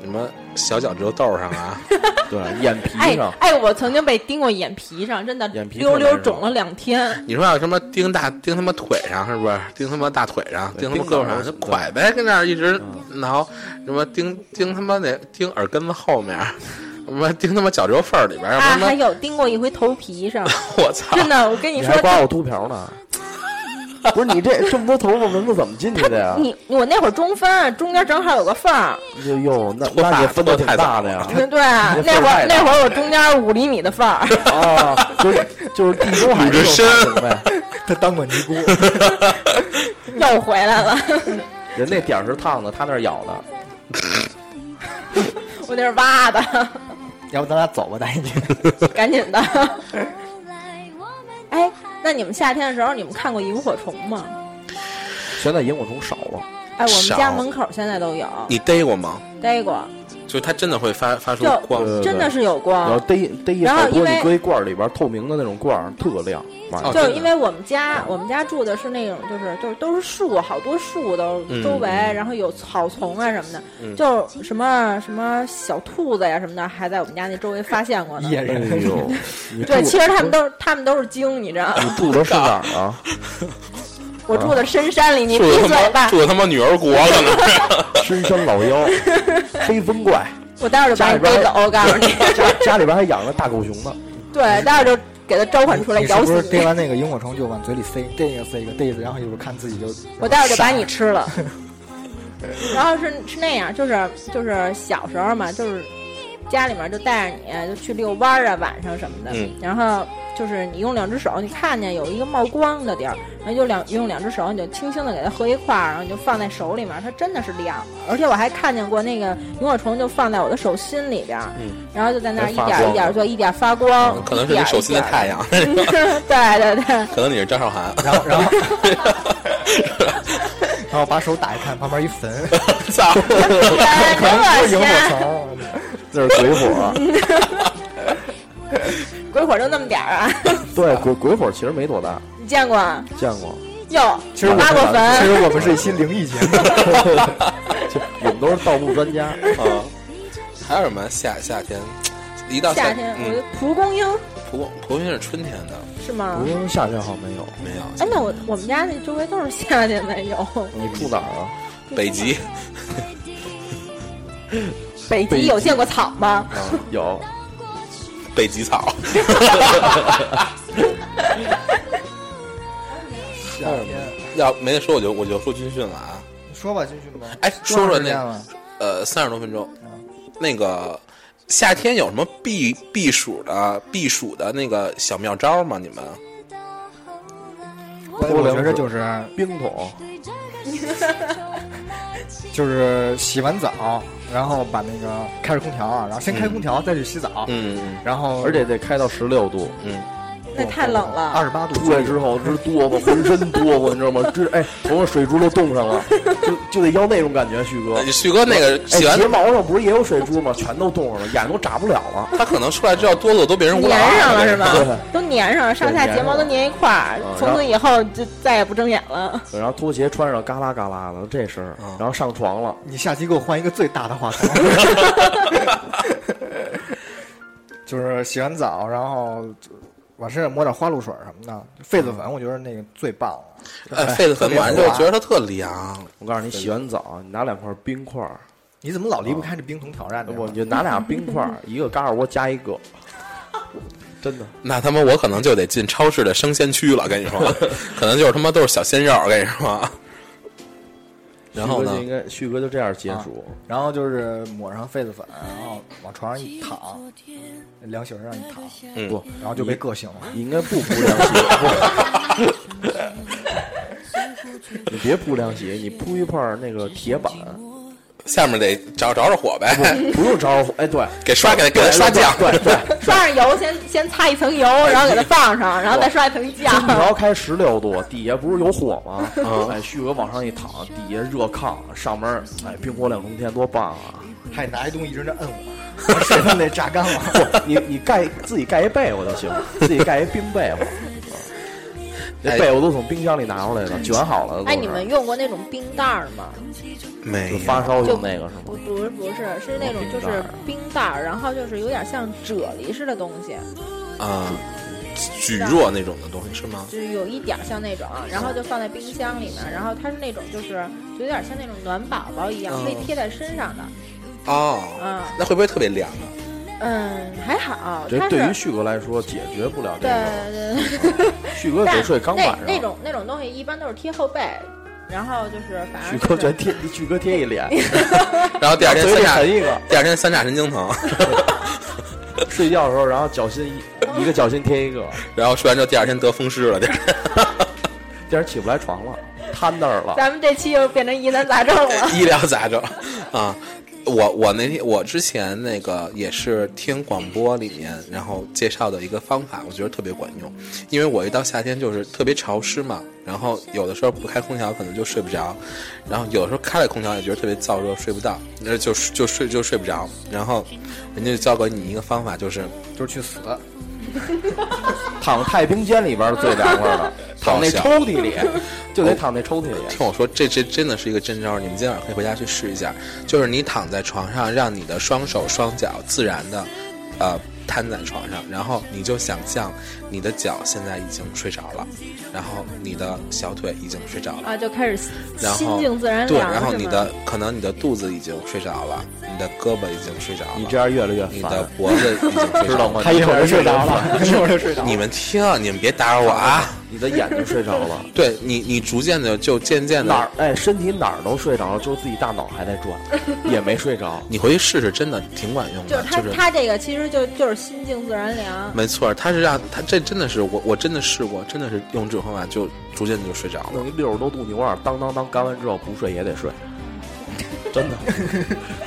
什么小脚趾头豆上啊，对，眼皮哎上，哎，我曾经被钉过眼皮上，真的眼皮溜溜特别肿了两天。你说要什么钉大钉他妈腿上是不是？钉他妈大腿上，对钉他妈胳膊钉哪儿上，就拐呗，跟那儿一直嗯挠，什么钉钉他妈那钉耳根子后面，什么钉他妈脚趾头缝儿里边，啊，什还么有钉过一回头皮 上， 我操！真的，我跟你你说还，刮我秃瓢呢。不是你这这么多头发蚊子怎么进去的呀？你我那会儿中分，啊中间正好有个缝儿，哟哟，哎那脱发那你分的脱挺太大的早呀了！嗯对，啊那缝儿会太儿大那会儿我中间五厘米的缝儿， 啊，就是就是地中海捂着这种身发型呗。他当过尼姑，又回来了。 人那点儿是烫的，他那儿咬的。我那是挖的， 要不咱俩走吧，带你。赶紧的。哎，那你们夏天的时候，你们看过萤火虫吗？现在萤火虫少了，哎，我们家少门口现在都有你逮过吗？逮过，就是它真的会发发出就光，对真的是有你要光。逮逮一然好后因多，为你搁一罐儿里边儿透明的那种罐儿，特亮。妈呀哦就真是的因为我们家，我们家住的是那种，就是就是都是树，好多树都嗯周围，然后有草丛啊什么的，嗯就什么什么小兔子呀什么的，还在我们家那周围发现过呢。野哎人，呦，你对，住其实他们都是他们都是精，你知道吗？你住的是哪儿啊？我住的深山里，你闭住他嘴妈吧！住他妈女儿国了 呢。深山老 妖，黑风怪，我待会儿就把家你里边逮走，我告诉你。家家里边还养了大狗熊呢。 对，待会儿就给它召唤出来你咬是不死是逮你。完那个萤火虫就往嘴里塞，逮一个塞一个，逮一个，然后一会儿看自己就我待会儿就把你吃 了。然后是是那样，就是就是小时候嘛，就是家里面就带着你就去遛弯儿啊，晚上什么的。嗯然后就是你用两只手，你看见有一个冒光的地儿，然后就两用两只手，你就轻轻的给它合一块儿，然后你就放在手里面，它真的是亮。而且我还看见过那个萤火虫就放在我的手心里边儿，嗯然后就在那儿一还发点儿一光点儿做，一点儿发光。可能是一你点儿手心的一点儿 太阳，对对 对，可能你是张韶涵。然后然后然后把手打一看，旁边一坟， 操！可能哎真恶不是萤火 心！ 那是虫，鬼 火，啊鬼火就那么点儿啊，对，鬼鬼火其实没多大，你见过？啊见过。哟，其实我挖过其坟，实我们是一期灵异节目， 就我们都是盗墓专家。啊嗯，还有什么夏夏天？一到夏天我嗯，就蒲公英蒲蒲公英是春天的，是吗不？用夏天好像没有。没有哎，那我我们家那周围都是夏天才有，你住哪儿啊？北极，北极有见过草吗？啊有，北极草。夏天要没得说，我就我就说军训了啊。说吧，军训吧。哎，说说那个，呃三十多分钟，那个夏天有什么避避暑的避暑的那个小妙招吗？你们我我觉着就是冰桶，就是洗完澡，然后把那个开着空调啊，然后先开空调，再去洗澡，嗯然后而且得开到十六度。嗯，那太冷了二。十八度出来之后，这哆嗦，浑身哆嗦，你知道吗？ 这哎，头上水珠都冻上了，就就得要那种感觉，旭哥呃。旭哥那个哎，洗完睫毛上不是也有水珠吗？全都冻上了，眼都眨不了了。他可能出来之后哆嗦都变成无脑粘上了是吧对？都粘上了，上下睫毛都粘一块儿嗯。从此以后就再也不睁眼了。然后拖鞋穿上，嘎啦嘎啦的这声儿啊，然后上床了。你下期给我换一个最大的话筒。 就是洗完澡，然后往身上抹点花露水什么的，痱子粉我觉得那个最棒了。哎，痱子特粉别抹完之滑后觉得它特凉，我告诉你，洗完澡你拿两块冰块儿，你怎么老离不开这冰桶挑战呢？不，你就拿俩冰块儿，一个嘎尔窝加一个，真的。那他妈我可能就得进超市的生鲜区 了，跟你说，可能就是他妈都是小鲜肉，跟你说。然后旭呢哥就应该旭哥就这样结束，然后就是抹上痱子粉，然后往床上一躺，凉席儿上一躺，嗯不然后就被硌醒了。你应该不铺凉席。不 你别铺凉席，你铺一块儿那个铁板，下面得着着着火呗， 不用着火。哎，对，给刷给它给它哎对刷酱。对对，对刷上油，先先擦一层油，然后给它放上，然后再刷一层空酱。调开十六度，底下不是有火吗？哎，旭哥往上一躺，底下热炕，上面儿哎冰火两重天，多棒啊！还拿一东西一直在摁我，我手上得榨干 了。不，你你盖自己盖一被窝就行，自己盖一冰被窝。 那被我都从冰箱里拿出来了，卷好了。哎，你们用过那种冰袋儿吗？没就有发烧用那个是不，吗？不是，不是，是那种就是冰袋儿，然后就是有点像啫喱似的东西，啊，举弱那种的东西是吗？就是有一点儿像那种，然后就放在冰箱里面，然后它是那种就是有点像那种暖宝宝一样，嗯可以贴在身上的，哦，嗯那会不会特别凉啊？嗯，还好，这它对于是。旭哥来说解决不了这对个。对对，旭哥得睡刚晚上，那那种那种东西一般都是贴后背，然后就是反 正旭哥就是全贴， 旭哥贴一脸，然后第二天嘴里三甲，啃一个。第二天三甲神经疼， 睡觉的时候，然后脚心一一 个脚心贴一个，然后睡完之后第二天得风湿了，第二天第二天起不来床了，瘫那儿了。咱们这期又变成疑难杂症了。 医疗杂症啊。我我那天我之前那个也是听广播里面，然后介绍的一个方法，我觉得特别管用，因为我一到夏天就是特别潮湿嘛，然后有的时候不开空调可能就睡不着，然后有的时候开了空调也觉得特别燥热，睡不到，那就就睡就睡不着，然后人家就教给你一个方法，就是就是去死， 躺太平间里边儿最凉快了， 躺那抽屉 里，就得躺那抽屉里。听我说，这这真的是一个真招儿，你们今天晚上可以回家去试一下。就是你躺在床上，让你的双手双脚自然的，呃，瘫在床上，然后你就想象你的脚现在已经睡着了，然后你的小腿已经睡着了， 啊，就开始然后心境自然对，凉，然后是你吗的可能你的肚子已经睡着了，你的胳膊已经睡着了，你这样越来越你烦的，脖子已经睡知 着道吗了。？他一会儿就你这睡样越来越着了，一 会儿就睡着了。你们听，你们别打扰我啊！你的眼睛睡着了，对你，你逐渐的就渐渐 的哪儿哎身体哪儿都睡着了，就是自己大脑还在转，也没睡着。你回去试试，真的挺管用就的，是他就是他这个其实就就是心静自然凉。没错，他是让他这真的是我我真的试过，真的是用这种方法就逐渐就睡着了。弄一六十多度牛二，当当当干完之后不睡也得 睡，真 的，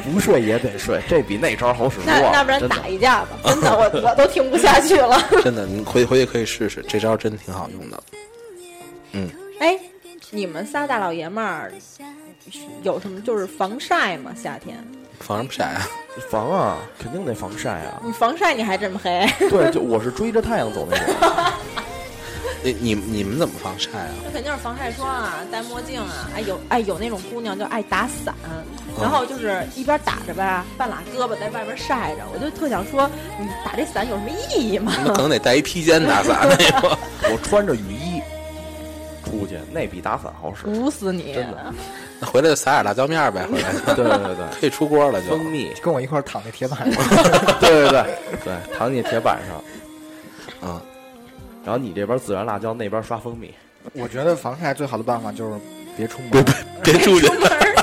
不睡也得睡，这比那招好使多那那不了，然真的。打一架吧，真的我我都听不下去了。真的，你回去回去可以试试，这招真挺好用的。哎，你们仨大老爷们儿有什么就是防晒吗？夏天防什么晒啊？ 防啊，肯定得防晒啊。 你防晒你还这么黑，对，就我是追着太阳走那种。你你你们怎么防晒啊？ 那肯定是防晒霜啊，戴墨镜啊。哦哎有哎有那种姑娘就爱打伞，然后就是一边打着吧，半拉胳膊在外边晒着，我就特想说，你打这伞有什么意义 吗？你们可能得带一披肩打伞那个。我穿着雨衣出去，那比打伞好使。毒死你！真的 那回来就撒点辣椒面儿呗，回来对对对，可以出锅了就。 蜂蜜，跟我一块儿躺那铁板上， 对对对对，躺你铁板上， 啊嗯，然后你这边孜然辣椒，那边刷蜂蜜，我觉得防晒最好的办法就是别出门，别出去。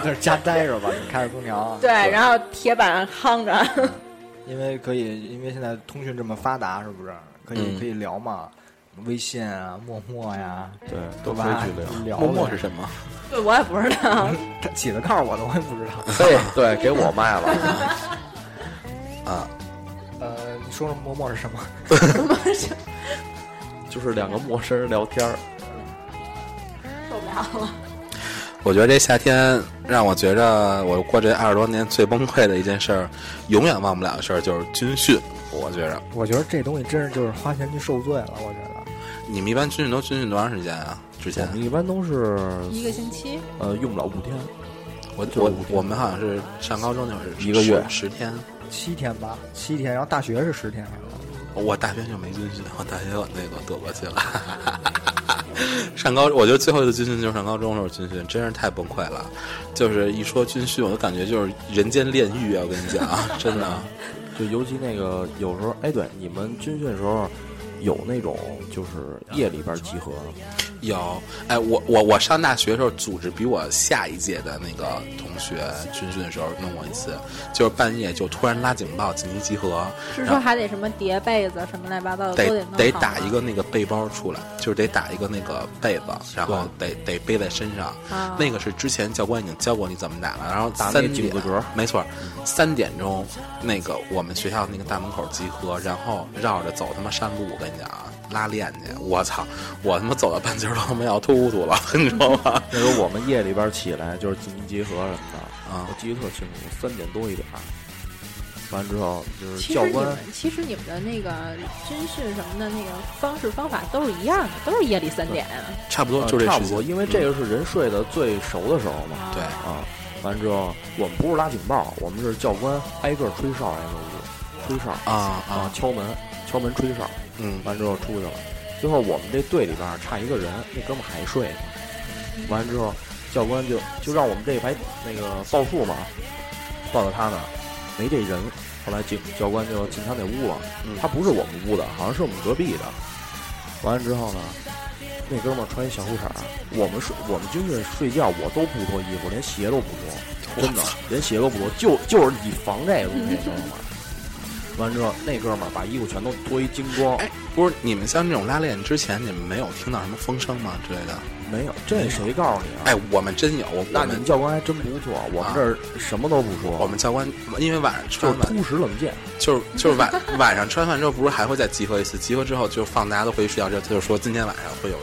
就是家待着吧，你开着空调啊。对，然后铁板夯着。 因为可以，因为现在通讯这么发达，是不是？可以、嗯可以聊嘛，微信啊，陌陌呀，对，对都可吧以去聊。？聊默 默是什么？对，我也不知 道。他起的靠我的，我也不知道。 对对，给我卖了。啊，呃，你说说陌陌是什么？就是两个陌生人聊天儿，受不了了。我觉得这夏天让我觉着我过这二十多年最崩溃的一件事儿，永远忘不了的事儿就是军训。我觉着我觉得这东西真是就是花钱去受罪了，我觉你们一般军训都军训多长时间啊？之我前们一般都是一个星期，呃用不了五天，我就我五天我们好像是上高中那会儿一个月十十天，得七天吧，七天，然后大学是十天，我大学就没军训，我大学我那个躲过去了。 上高，我觉得最后一次军训就是上高中的时候军训，真是太崩溃了。就是一说军训，我就感觉就是人间炼狱啊！我跟你讲，真的，就尤其那个有时候，哎，对，你们军训的时候有那种就是夜里边集合的吗有哎，我我我上大学的时候，组织比我下一届的那个同学军训的时候弄过一次，就是半夜就突然拉警报紧急集合，是然说后还得什么叠被子什么乱七八糟的，都得弄得好打吗一个那个背包出来，就是得打一个那个被子，然后得得背在身上。啊那个是之前教官已经教过你怎么打了，然后打那三井字点格没错，三点钟那个我们学校那个大门口集合，然后绕着走他妈山路，我跟你讲啊，拉练去，我操，我他妈走到半截儿都他妈要突突了，你知道吗？ 那时候我们夜里边起来就是紧急集合什么的啊我记得特清楚，三点多一点儿，完之后就是其教实你官们，其实你们的那个军训什么的那个方式方法都是一样的，都是夜里三点啊。差不多呃就这差时不多，间。嗯因为这个是人睡得最熟的时候嘛。对，啊，完之后我们不是拉警报，我们是教官挨个吹哨，挨个屋吹哨啊啊啊，，敲门，敲门吹哨，嗯，完之后出去了。最后我们这队里边儿差一个人，那哥们儿还睡呢。完之后，教官就就让我们这一排那个报数嘛，报到他那儿，没这人。后来警教官就进他那屋了，他不是我们屋的，好像是我们隔壁的。完了之后呢，那哥们儿穿一小裤衩儿，我们睡我们军训睡觉我都不脱衣服，连鞋都不脱，真的连鞋都不脱，就就是以防这个东西，你知道吗？完之后，那哥们儿把衣服全都脱一精光，哎，不是你们像这种拉练之前，你们没有听到什么风声吗之类的？没有，这谁告诉你啊？哎，我们真有，我那我你们们教官还真不错，我们这儿什么都不说，我们教官，因为晚上吃就是完晚突，食冷箭。就是就是晚晚上吃完饭之后，不是还会再集合一次？集合之后就放大家都回去睡觉，之后他就说今天晚上会有，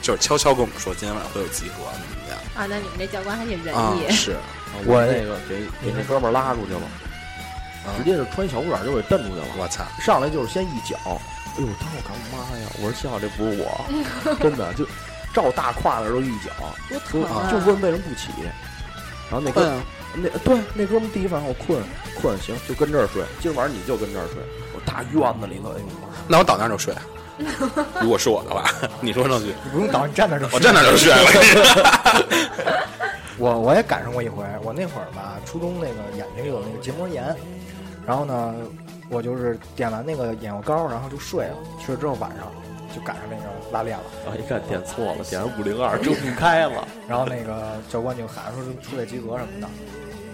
就是悄悄跟我们说今天晚上会有集合，怎么样？啊那你们这教官还挺仁啊义，，是，我那个给给那哥们儿拉出去了，嗯直接是穿小裤衩就给蹬出去了。我操，上来就是先一脚，啊哎呦，当我干妈呀！我说幸好这不是我， 真的就照大胯那儿就一脚，多就疼啊！就问为什么不起。然后那哥、笨啊那对那哥们儿第一反应我困困行就跟这儿睡，今儿晚上你就跟这儿睡。我大院子里头，哎呦妈呀那我倒那儿就睡。啊如果是我的话，你说上去，你不用倒，你站那儿就我哦站那儿就睡 了。我我也赶上过一回，我那会儿吧，初中那个眼睛有那个结膜炎，然后呢，我就是点完那个眼药膏，然后就睡了，睡了之后晚上就赶上那个拉练了，啊！一看点错了，点五零二睁不开了。然后那个教官就喊说出来集合什么的，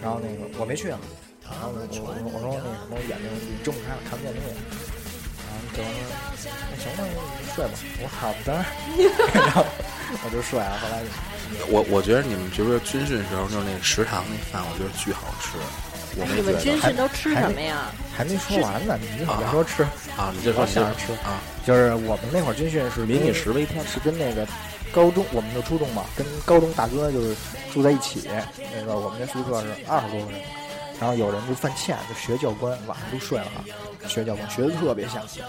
然后那个我没去啊，然后我我说我说那什么我眼睛睁不开了，看不见东西，然后教官说那行吧，你睡吧，我好的， 然后我就睡啊了，后来我我觉得你们觉不觉得军训时候就是那个食堂那饭，我觉得巨好吃。我你哎没们觉军得训都吃什么呀？还没说完呢，你别说吃。啊，你就说你就我想着吃啊，就是我们那会儿军训是民以跟食为天是跟那个高中，我们就初中嘛，跟高中大哥就是住在一起。那个我们那宿舍是二十多个人，然后有人就犯欠，就学教官，晚上就睡了，学教官学的特别像，说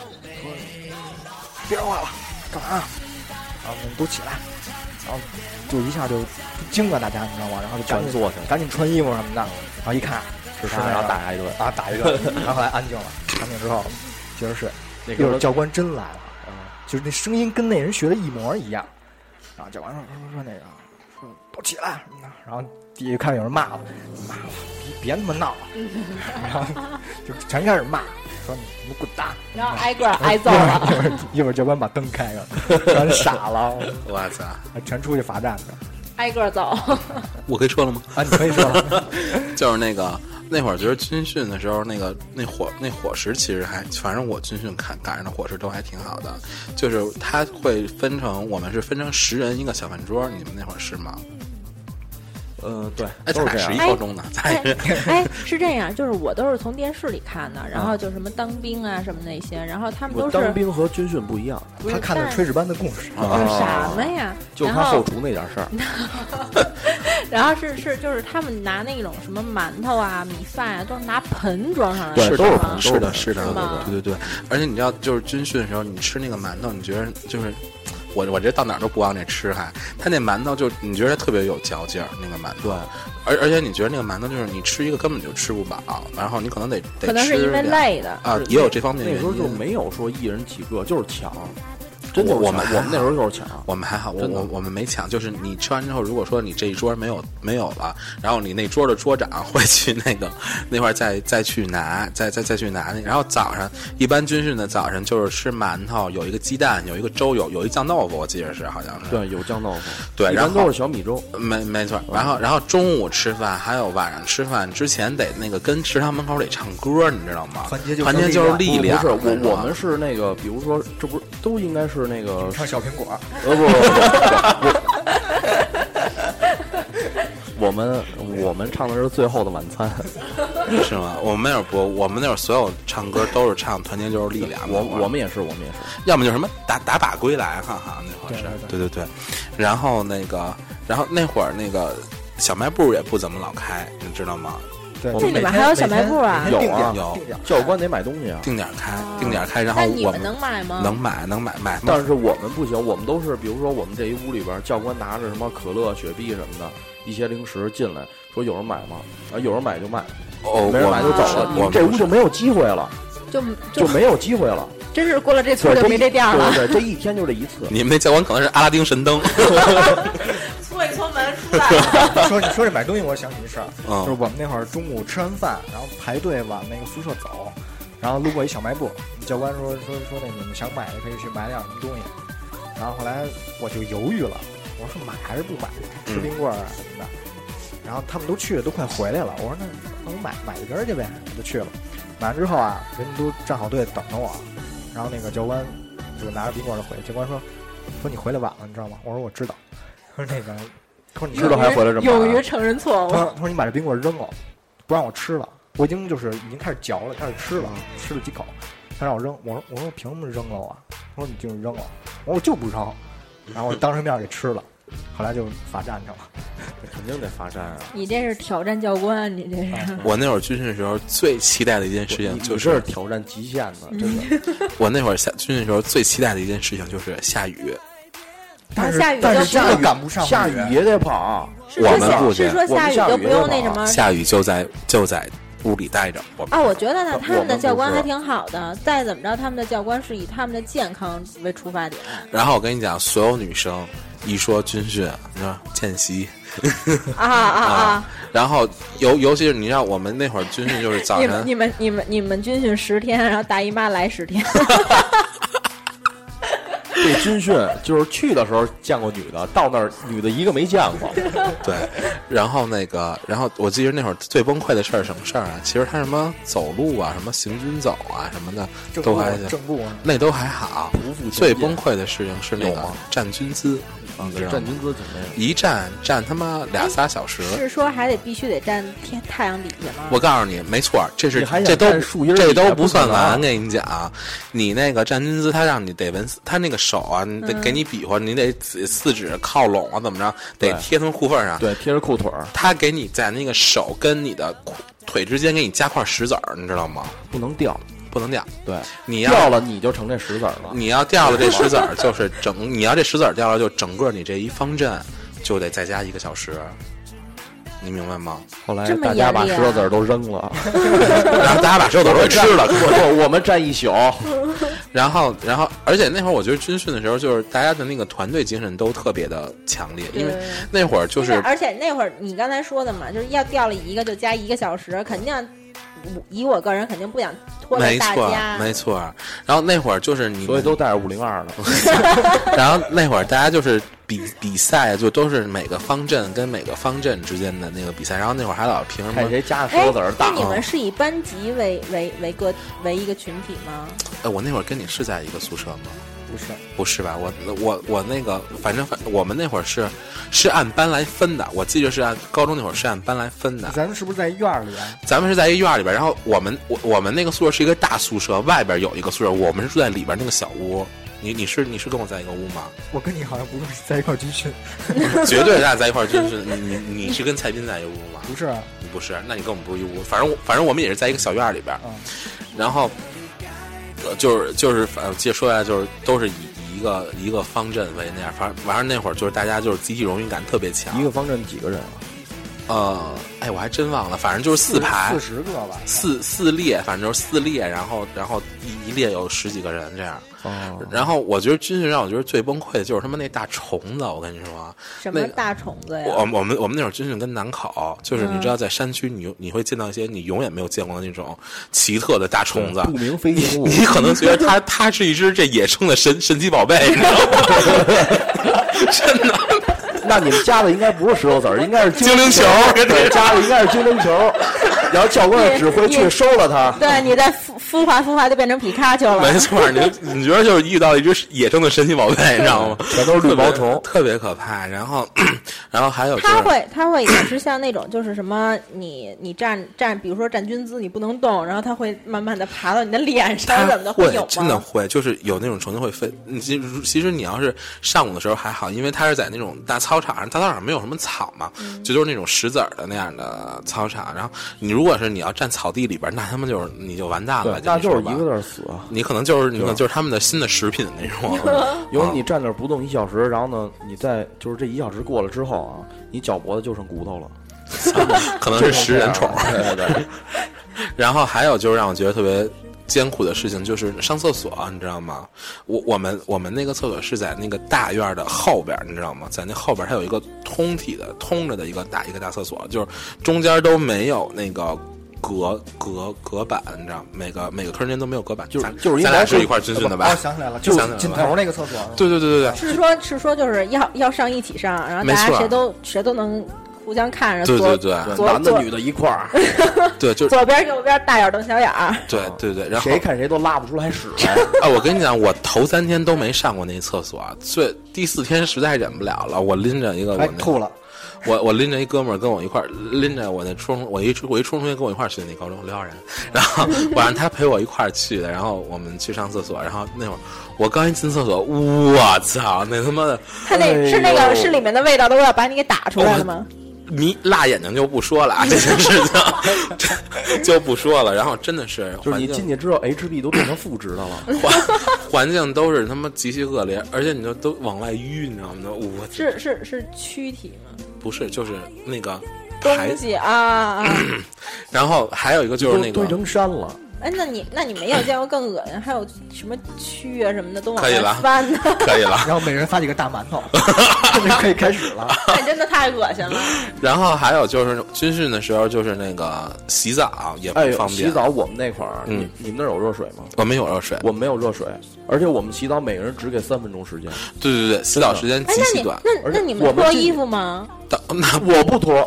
别说话了，干嘛啊？然后我们都起来，然后就一下就惊了大家，你知道吗？然后就赶全紧坐下了，赶紧穿衣服什么的，然后一看是那他，个然后打他一顿。啊打一顿，然后后来安静了，安静之后接着睡。那一哥会们儿儿教官真来了，啊就是那声音跟那人学的一模一样。然后教官说说说那个说都起来什么的，然后底下看有人骂了，骂了，别别他妈闹了，然后就全开始骂，说你们滚蛋。然后挨个儿挨揍啊了。 一会儿一会儿教官把灯开了，全傻了，我操！全出去罚站去。挨个儿走，我可以说了吗？啊，你可以说 了，就是那个那会儿觉得军训的时候，那个那伙那伙食其实还，反正我军训赶赶上的伙食都还挺好的。就是他会分成，我们是分成十人一个小饭桌，你们那会儿是吗？嗯，对，哎，咱都是俩这是一样。高中的，咱俩哎是 哎，是这样，就是我都是从电视里看的，然后就什么当兵啊什么那些，然后他们我都是当兵和军训不一样，不他是看的但是炊事班的故事。 不是啊什么呀？就然看后后厨那点事儿。然后是是就是他们拿那种什么馒头啊、米饭啊，都是拿盆装上来对吃都是的啊盆吗装？是的，是是的，吗对对对。而且你知道，就是军训的时候，你吃那个馒头，你觉得就是我我这到哪儿都不往这吃还，他那馒头就你觉得它特别有嚼劲儿，那个馒头。对，而而且你觉得那个馒头就是你吃一个根本就吃不饱，然后你可能得得可能是吃因为两累的。啊是，也有这方面那原时候就因。没有说一人几个，就是抢，真就是抢我们我们那时候就是抢。我们还好，我真的我我们没抢，就是你吃完之后，如果说你这一桌没有没有了，然后你那桌的桌长会去那个那块儿再再去拿，再再再去拿。然后早上一般军训的早晨就是吃馒头，有一个鸡蛋，有一个粥，有有一酱豆腐，我记得是好像 是。对，有酱豆腐，对一然般后都是小米粥。没没错，然后然后中午吃饭，还有晚上吃饭之前得那个跟食堂门口得唱歌，你知道吗？团结就是就是力力量。哦不是你知道我，我吗们是那个，比如说，这不是都应该是那个，唱小苹果， 呃不不不 不，我们我们唱的是《最后的晚餐》， 是吗？我们那会儿不，我们那会儿所有唱歌都是唱《团结就是力量》那我会儿。我们也是，我们也是，要么就是什么打打靶归来，哈哈，那会儿是，对对对。然后那个，然后那会儿那个小卖部也不怎么老开，你知道吗？对我这们里每面天还有小卖部啊每天定点有啊定点教官得买东西啊。定点开哦，定点开，然后那你我们能买吗？能买能买买，但是我们不行，我们都是比如说我们这一屋里边，教官拿着什么可乐、雪碧什么的，一些零食进来，说有人买吗？啊，有人买就买，哦，没人我买就们走了。我你这不屋是就没有机会了，就就就没有机会了。真是过了这村对，儿就没这店儿了。对对对，这一天就这一次。你们那教官可能是阿拉丁神 灯，所以从门出来了，说你说这买东西，我想起一事儿，嗯就是我们那会儿中午吃完饭，然后排队往那个宿舍走，然后路过一小卖部，教官说说说那你们想买可以去买点什么东西，然后后来我就犹豫了，我说买还是不买，吃冰棍儿啊什么的，然后他们都去了，都快回来了，我说那那我买买一根儿去呗，我就去了，买完之后啊，人都站好队等着我，然后那个教官就拿着冰棍儿就回，教官说说你回来晚了，你知道吗？我说我知道，说那个。他说你知道还回来这么大勇于承认错误他。说：“他说你把这冰棍扔了，不让我吃了。我已经就是已经开始嚼了，开始吃了，吃了几口，他让我扔。我说我说凭什么扔了啊？他说你就是扔了。我说我就不扔，然后我当着面给吃了。后来就罚站去了。肯定得罚站啊！你这是挑战教官，啊你这是。我那会儿军训的时候最期待的一件事情你嗯就你这是嗯挑战极限的，真的。我那会儿下军训的时候最期待的一件事情就是下雨，但是下雨就但是不真能的赶不上下雨也得跑，是我说们下不是去说我们下雨下就雨不就用那好什么下雨就在就在屋里待着。我啊，我觉得呢，他我们们的不教官是还挺好的。再怎么着，他们的教官是以他们的健康为出发点。然后我跟你讲，所有女生一说军训，你说见习啊啊啊！然后尤尤其是你让我们那会儿军训就是早你们晨你们你们你们军训十天，然后大姨妈来十天，这军训就是去的时候见过女的，到那儿女的一个没见 过。对，然后那个，然后我记得那会儿最崩溃的事儿是什么事儿啊？其实他什么走路啊，什么行军走啊，什么的正都步还正步啊，那都还好匍匐前。最进崩溃的事情是那有个吗站军姿，你知道站吗？军姿挺那个。一站站他妈俩仨小时。是说还得必须得站天太阳底下吗？我告诉你，没错儿，这是你还想这都站树荫儿这底都下不啊算可能完。跟你讲，你那个站军姿，他让你得纹丝，他那个手啊，嗯你得给你比划，你得四四指靠拢啊，怎么着，得对贴从裤缝上。对，贴着裤腿儿他给你在那个手跟你的裤腿之间给你加块石子儿，你知道吗？不能掉，不能掉，对，你要掉了你就成这石子儿了。你要掉了这石子儿，就是整 你要这石子儿掉了，就整个你这一方阵就得再加一个小时，你明 白吗？后来这么大家把严厉石啊头子儿都扔 了，然后大家把所有都给吃了， 我我我们站一宿，然后，然后，而且那会儿我觉得军训的时候，就是大家的那个团队精神都特别的强烈，因为对那会儿就那是个而且那会儿你刚才说的嘛，就是要掉了一个就加一个小时，肯定我以我个人肯定不想拖累没大错家。嗯哎没错，然后那会儿就是 你，所以都带着五零 二的。然后那会儿大家就是比比赛，就都是每个方阵跟每个方阵之间的那个比赛，然后那会儿还老凭什看么？谁家的石哎头子儿，那大。你啊们是以班级为为为个为一个群体吗？哎，我那会儿跟你是在一个宿舍吗？不是不是吧？我我我那个，反正反我们那会儿是是按班来分的，我记得是按高中那会儿是按班来分的。咱们是不是在院儿里啊？咱们是在一院里边，然后我们我我们那个宿舍是一个大宿舍，外边有一个宿舍，我们是住在里边那个小屋。你你是你是跟我在一个屋吗？我跟你好像不是在一块儿军训，绝对咱俩在一块儿，就是你你你是跟蔡斌在一个屋吗？不是啊？你不是，那你跟我们不是一屋。反正我反正我们也是在一个小院里边，嗯然后呃就是就是反正接着说来啊就是都是以以一个一个方阵为那样，反正反正那会儿就是大家就是集体荣誉感特别强。一个方阵几个人啊？呃，哎，我还真忘了，反正就是四排四十个吧，四四列，反正就是四列，然后然后一一列有十几个人这样。哦，然后我觉得军训让我觉得最崩溃的就是他妈那大虫子，我跟你说，什么那个大虫子呀？我我们我们那会儿军训跟南考，就是你嗯知道在山区你你会见到一些你永远没有见过的那种奇特的大虫子，不明飞行物， 你可能觉得它它是一只这野生的神神奇宝贝，你知道吗？ 真的那你们加的应该不是石头 子儿，应该是精灵球儿跟这对，加的应该是精 灵球儿。然后教官指挥去收了它。对，你在孵孵化孵化就变成皮卡丘 了。没错，你你觉得就是遇到一只野生的神奇宝贝，你知道吗？全都是绿毛虫特别特别可怕。然后然后还有就是他会，他会也是像那种，就是什么你，你站站，比如说站军姿，你不能动，然后他会慢慢的爬到你的脸他上，怎么的，有真的吗？会，就是有那种虫子会飞。你其实其实你要是上午的时候还好，因为它是在那种大操操场上，大操场上没有什么草嘛，嗯就都是那种石子儿的那样的操场。然后你如果是你要站草地里边，那他们就是你就完蛋了，对，那就就是说吧一个字儿死。啊你可能就是你可能就是他们的新的食品那 种，有你站那儿不动一小时，然后呢，你在就是这一小时过了之后啊，你脚脖子就剩骨头了，可能是食人虫。对对对， 然后还有就是让我觉得特别艰苦的事情，就是上厕所，啊你知道吗？我我们我们那个厕所是在那个大院的后边，你知道吗？在那后边它有一个通体的通着的一个大一个大厕所，就是中间都没有那个。隔隔隔板，你知道，每个每个坑间都没有隔板，就是咱就是一咱俩男生是一块儿军训的吧哦，？想起来了，就想起来是了尽头那个厕所。对对对对对，是说，是说，就是要要上一起上，然后大没家错谁都谁都能互相看着，对左对对左男的左女的一块儿，对，就左边右边大眼瞪小眼儿，对对对，然后谁看谁都拉不出来屎 来。 啊，我跟你讲，我头三天都没上过那厕所，最第四天实在忍不了了，我拎着一个我哎那，吐了，我我拎着一哥们儿跟我一块儿，拎着我那初中，我一初我一初中同学跟我一块儿去那高中刘昊然，然后我让他陪我一块儿去的，然后我们去上厕所，然后那会儿我刚一进厕所，我操，那他妈的他那、是那哎呦个是里面的味道都要把你给打出来了吗？哦迷辣眼睛就不说了啊，这件事情 就不说了，然后真的是就是环你境进去之后，HB 都变成负值的了。环环境都是他妈极其恶劣，而且你就都往外淤，你知道吗？我是是是躯体吗？不是，就是那个排东，西啊！啊 然后还有一个就是那都堆个，成山了，哎，那你那你没有见过更恶心，还有什么蛆啊什么的都往可以了外翻 呢？可以了。然后每人发几个大馒头， 这就可以开始 了。那哎真的太恶心了。然后还有就是军训的时候，就是那个洗澡也不哎呦，方便。洗澡我们那块儿，嗯你你们那儿有热水吗？我们有热水，我们没有热水，而且我们洗澡每个人只给三分钟时间。对对对，洗澡时间哎，极那其你短。那而且那你我们们脱进衣服吗？但那我不脱，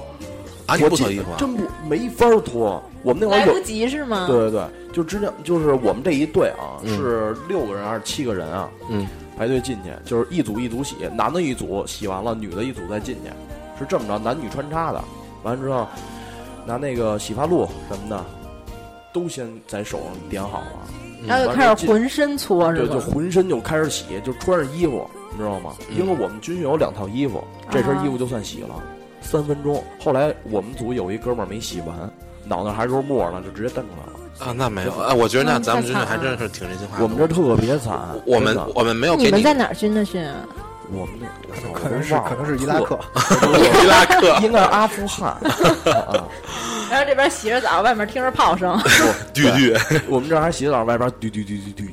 啊，你我不记脱衣服啊？真不没法脱。我们那会来儿有不，及是嗯吗？对对对，就之前就是我们这一队啊，是六个人还是七个人啊？嗯，排队进去，就是一组一组洗，男的一组洗完了，女的一组再进去，是这么着，男女穿插的。完了之后，拿那个洗发露什么的，都先在手上点好了。然后就开始浑身搓是对，吗？就浑身就开始洗，就穿上衣服，你知道吗？嗯啊因为我们军训有两套衣服，这身衣服就算洗了，三分钟。后来我们组有一哥们儿没洗完，脑袋还揉沫呢，就直接蹬出来了。啊，那没有啊。我觉得那嗯咱们太军训惨还了真是挺人性化的。啊我们这特别惨，我们真的我们没有给你们你在哪儿军的训啊？我们那我可能是都忘了可能是伊拉克，伊拉克特，应该是阿富汗。啊然后这边洗着澡，外面听着炮声，绿绿，啊我们这还洗澡，外边儿嘟嘟嘟嘟嘟，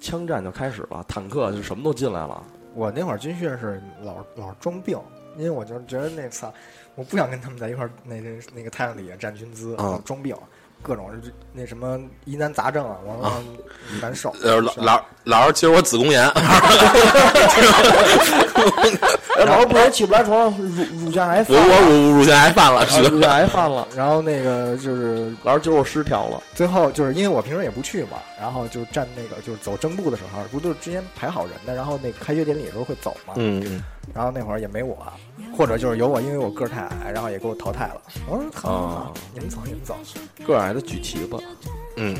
枪战就开始了，坦克就什么都进来了。我那会儿军训是老老装病，因为我就觉得那次我不想跟他们在一块儿那那那个太阳底下站军姿，嗯我装病，各种那什么疑难杂症啊，我说难受。呃，老老老师，其实我子宫炎，哎，老师不行，起不来床，乳乳腺癌犯我了，我乳乳腺癌犯了，是啊乳腺吧？癌犯了。呃然后那个就是老师今儿我失调了，最后就是因为我平时也不去嘛，然后就站那个就是走正步的时候，不都是之前排好人的，然后那个开学典礼的时候会走嘛，嗯，嗯然后那会儿也没我，或者就是有我，因为我个儿太矮，然后也给我淘汰了。我说啊好，你们走你们走，个儿矮的举旗子。嗯，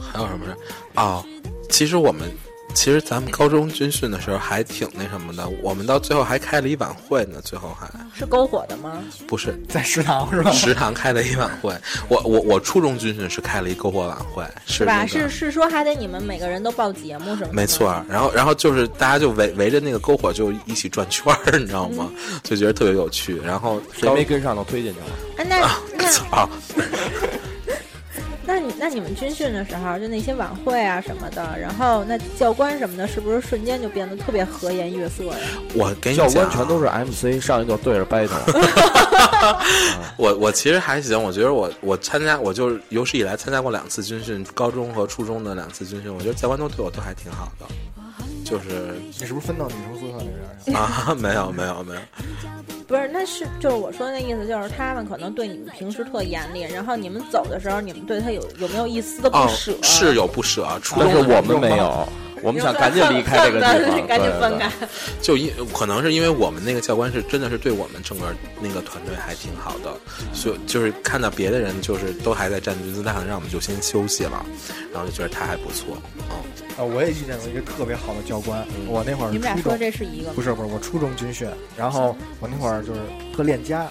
还有什么事？哦，其实我们，其实咱们高中军训的时候还挺那什么的，我们到最后还开了一晚会呢，最后还是篝火的吗？不是在食堂是吧？ 食堂开了一晚会，我我我初中军训是开了一篝火晚会，是是吧？那个是是说还得你们每个人都报节目什么的？没错。儿，然后然后就是大家就围围着那个篝火就一起转圈儿，你知道吗？嗯就觉得特别有趣。然后谁没跟上都推进去了。哎，那那啊，那你那你们军训的时候，就那些晚会啊什么的，然后那教官什么的，是不是瞬间就变得特别和颜悦色 呀？我跟你教讲，啊官全都是 MC，上去就对着 battle，我我其实还行，我觉得我我参加我就是有史以来参加过两次军训，高中和初中的两次军训，我觉得教官都对我都还挺好的，就是你是不是分到女生宿舍里边儿去了？啊， 没有没有没有，不是，那是就是我说的那意思，就是他们可能对你们平时特严厉，然后你们走的时候，你们对他有有没有一丝的不哦舍？，是有不舍，初哎但中是的我们没有。我们想赶紧离开这 个地方，赶紧对分开。。对就因可能是因为我们那个教官是真的是对我们整个那个团队还挺好的，所以就是看到别的人就是都还在站军姿态，让我们就先休息了，然后就觉得他还不错，嗯，啊，我也遇见过一个特别好的教官，嗯我那会儿你们俩初说中这是一个吗不是不是，我初中军训，然后我那会儿就是特恋家，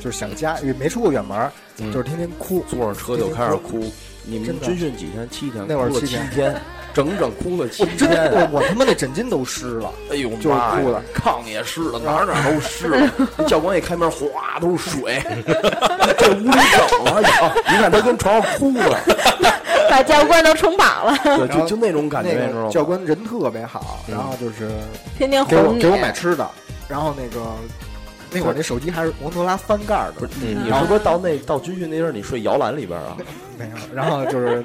就是想家，也没出过远门儿，嗯就是天天哭，坐上车就开始哭。你们真的军训几天？七天，那会儿哭了七七天天，整整哭了七我真天。我我他妈的枕巾都湿了，哎呦就是妈呀哭了，炕也湿了，哪儿哪儿都湿了。啊 那教官一开门，哗都是水，这屋里整了，你看他跟床上哭了，把教官都冲跑了，对，然后就就那种感觉，你那知道个吗？嗯教官人特别好，然后就是天天给我哄你。给我买吃的，然后那个那会儿那手机还是摩托罗拉翻盖儿不的，是嗯你，你是不是到那到军训那阵儿，你睡摇篮里边儿啊？没有。然后就是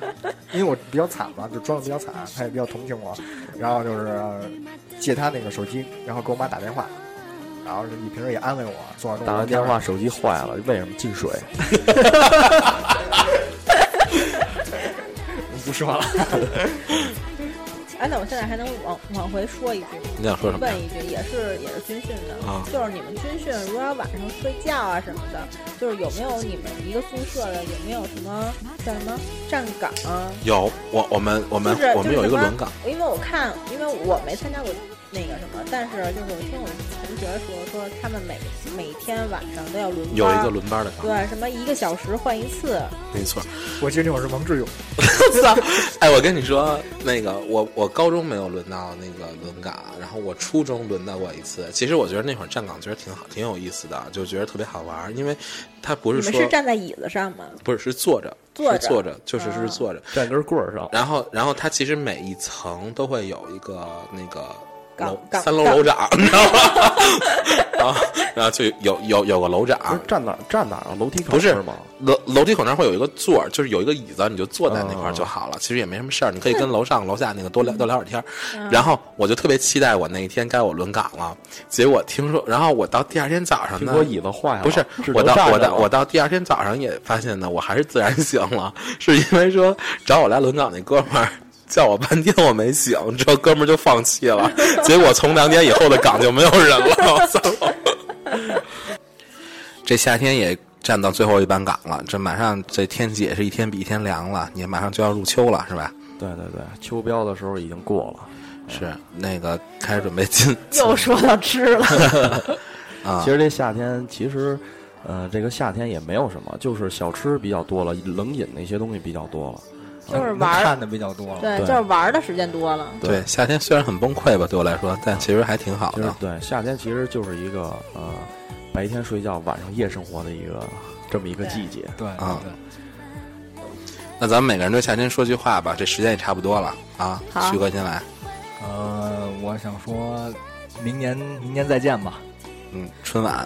因为我比较惨嘛，就装的比较惨，他也比较同情我，然后就是呃借他那个手机，然后给我妈打电话，然后你平时也安慰我，坐着跟我打完聊天电话，手机坏了，为什么进水？不说了。哎，那我现在还能往往回说一句吗？你想说什么呀？问一句，也是也是军训的，啊就是你们军训如果要晚上睡觉啊什么的，就是有没有你们一个宿舍的有没有什么叫什么站岗啊？有我我们我们、就是我们有一个就是什么轮岗，因为我看，因为我没参加过那个什么，但是就是我听我同学说，说他们每每天晚上都要轮班，有一个轮班的岗，对什么一个小时换一次，没错。我记得那会儿是王志勇， 哎，我跟你说，那个我我高中没有轮到那个轮岗，然后我初中轮到过一次。其实我觉得那会儿站岗觉得挺好，挺有意思的，就觉得特别好玩儿，因为他不你是们说是站在椅子上吗？不是是坐着，坐是着坐着，就是是啊坐着。站根棍儿上，然后然后它其实每一层都会有一个那个。岗楼岗三楼岗楼长，你知道吗？ 然后然后就有有有个楼不是长，站哪儿站哪儿啊？楼梯口不是吗？楼楼梯口那儿会有一个座儿，就是有一个椅子，你就坐在那块儿哦就好了。其实也没什么事儿，你可以跟楼上楼下那个 多聊多聊会儿天儿。嗯然后我就特别期待我那一天该我轮岗了，结果听说，然后我到第二天早上苹呢，果椅子坏了，哎不是只我能到站我着到我了到第二天早上也发现呢，我还是自然醒了，是因为说找我来轮岗那哥们儿。叫我半天我没醒，之后哥们儿就放弃了。结果从两点以后的岗就没有人了。我操！ 这夏天也站到最后一班岗了，这马上这天气也是一天比一天凉了，也马上就要入秋了，是吧？对对对，秋膘的时候已经过了。是那个开始准备进又说到吃了，啊其，实这夏天其实，呃，这个夏天也没有什么，就是小吃比较多了，冷饮那些东西比较多了。就是能玩儿，看的比较多了。对，对就是玩儿的时间多了。对夏天虽然很崩溃吧，对我来说，但其实还挺好其实的。对夏天其实就是一个呃，白天睡觉，晚上夜生活的一个这么一个季节。对啊对，那咱们每个人对夏天说句话吧，这时间也差不多了啊。好徐哥先来，呃，我想说，明年明年再见吧。 嗯，春晚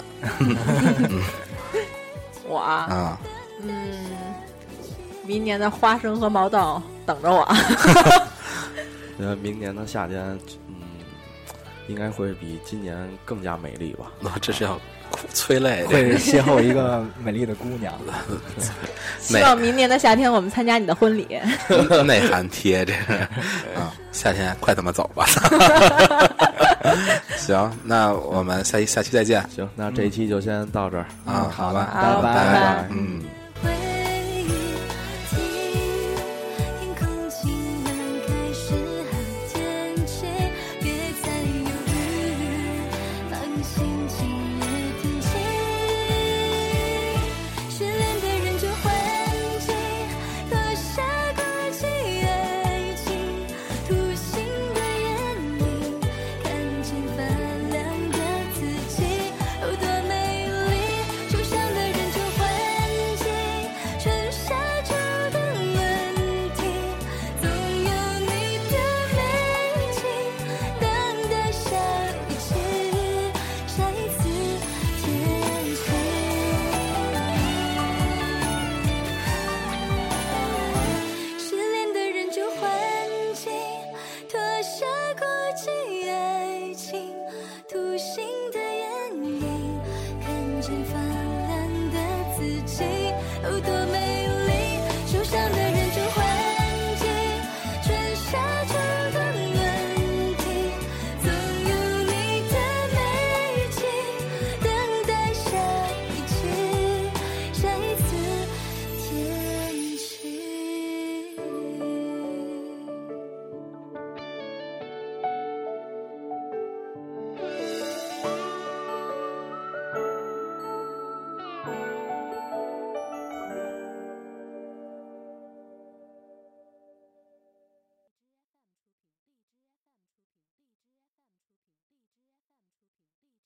我啊啊， 嗯，明年的花生和毛豆等 着我。呃，明年的夏天，嗯，应该会比今年更加美丽吧。那这是要哭催泪的。会邂逅一个美丽的姑娘。希望明年的夏天我们参加你的婚礼。内涵贴，这是啊，夏天快他妈走吧。 行，那我们下一下期再见嗯行，那这一期就先到这儿。啊，好吧，拜好拜拜拜嗯。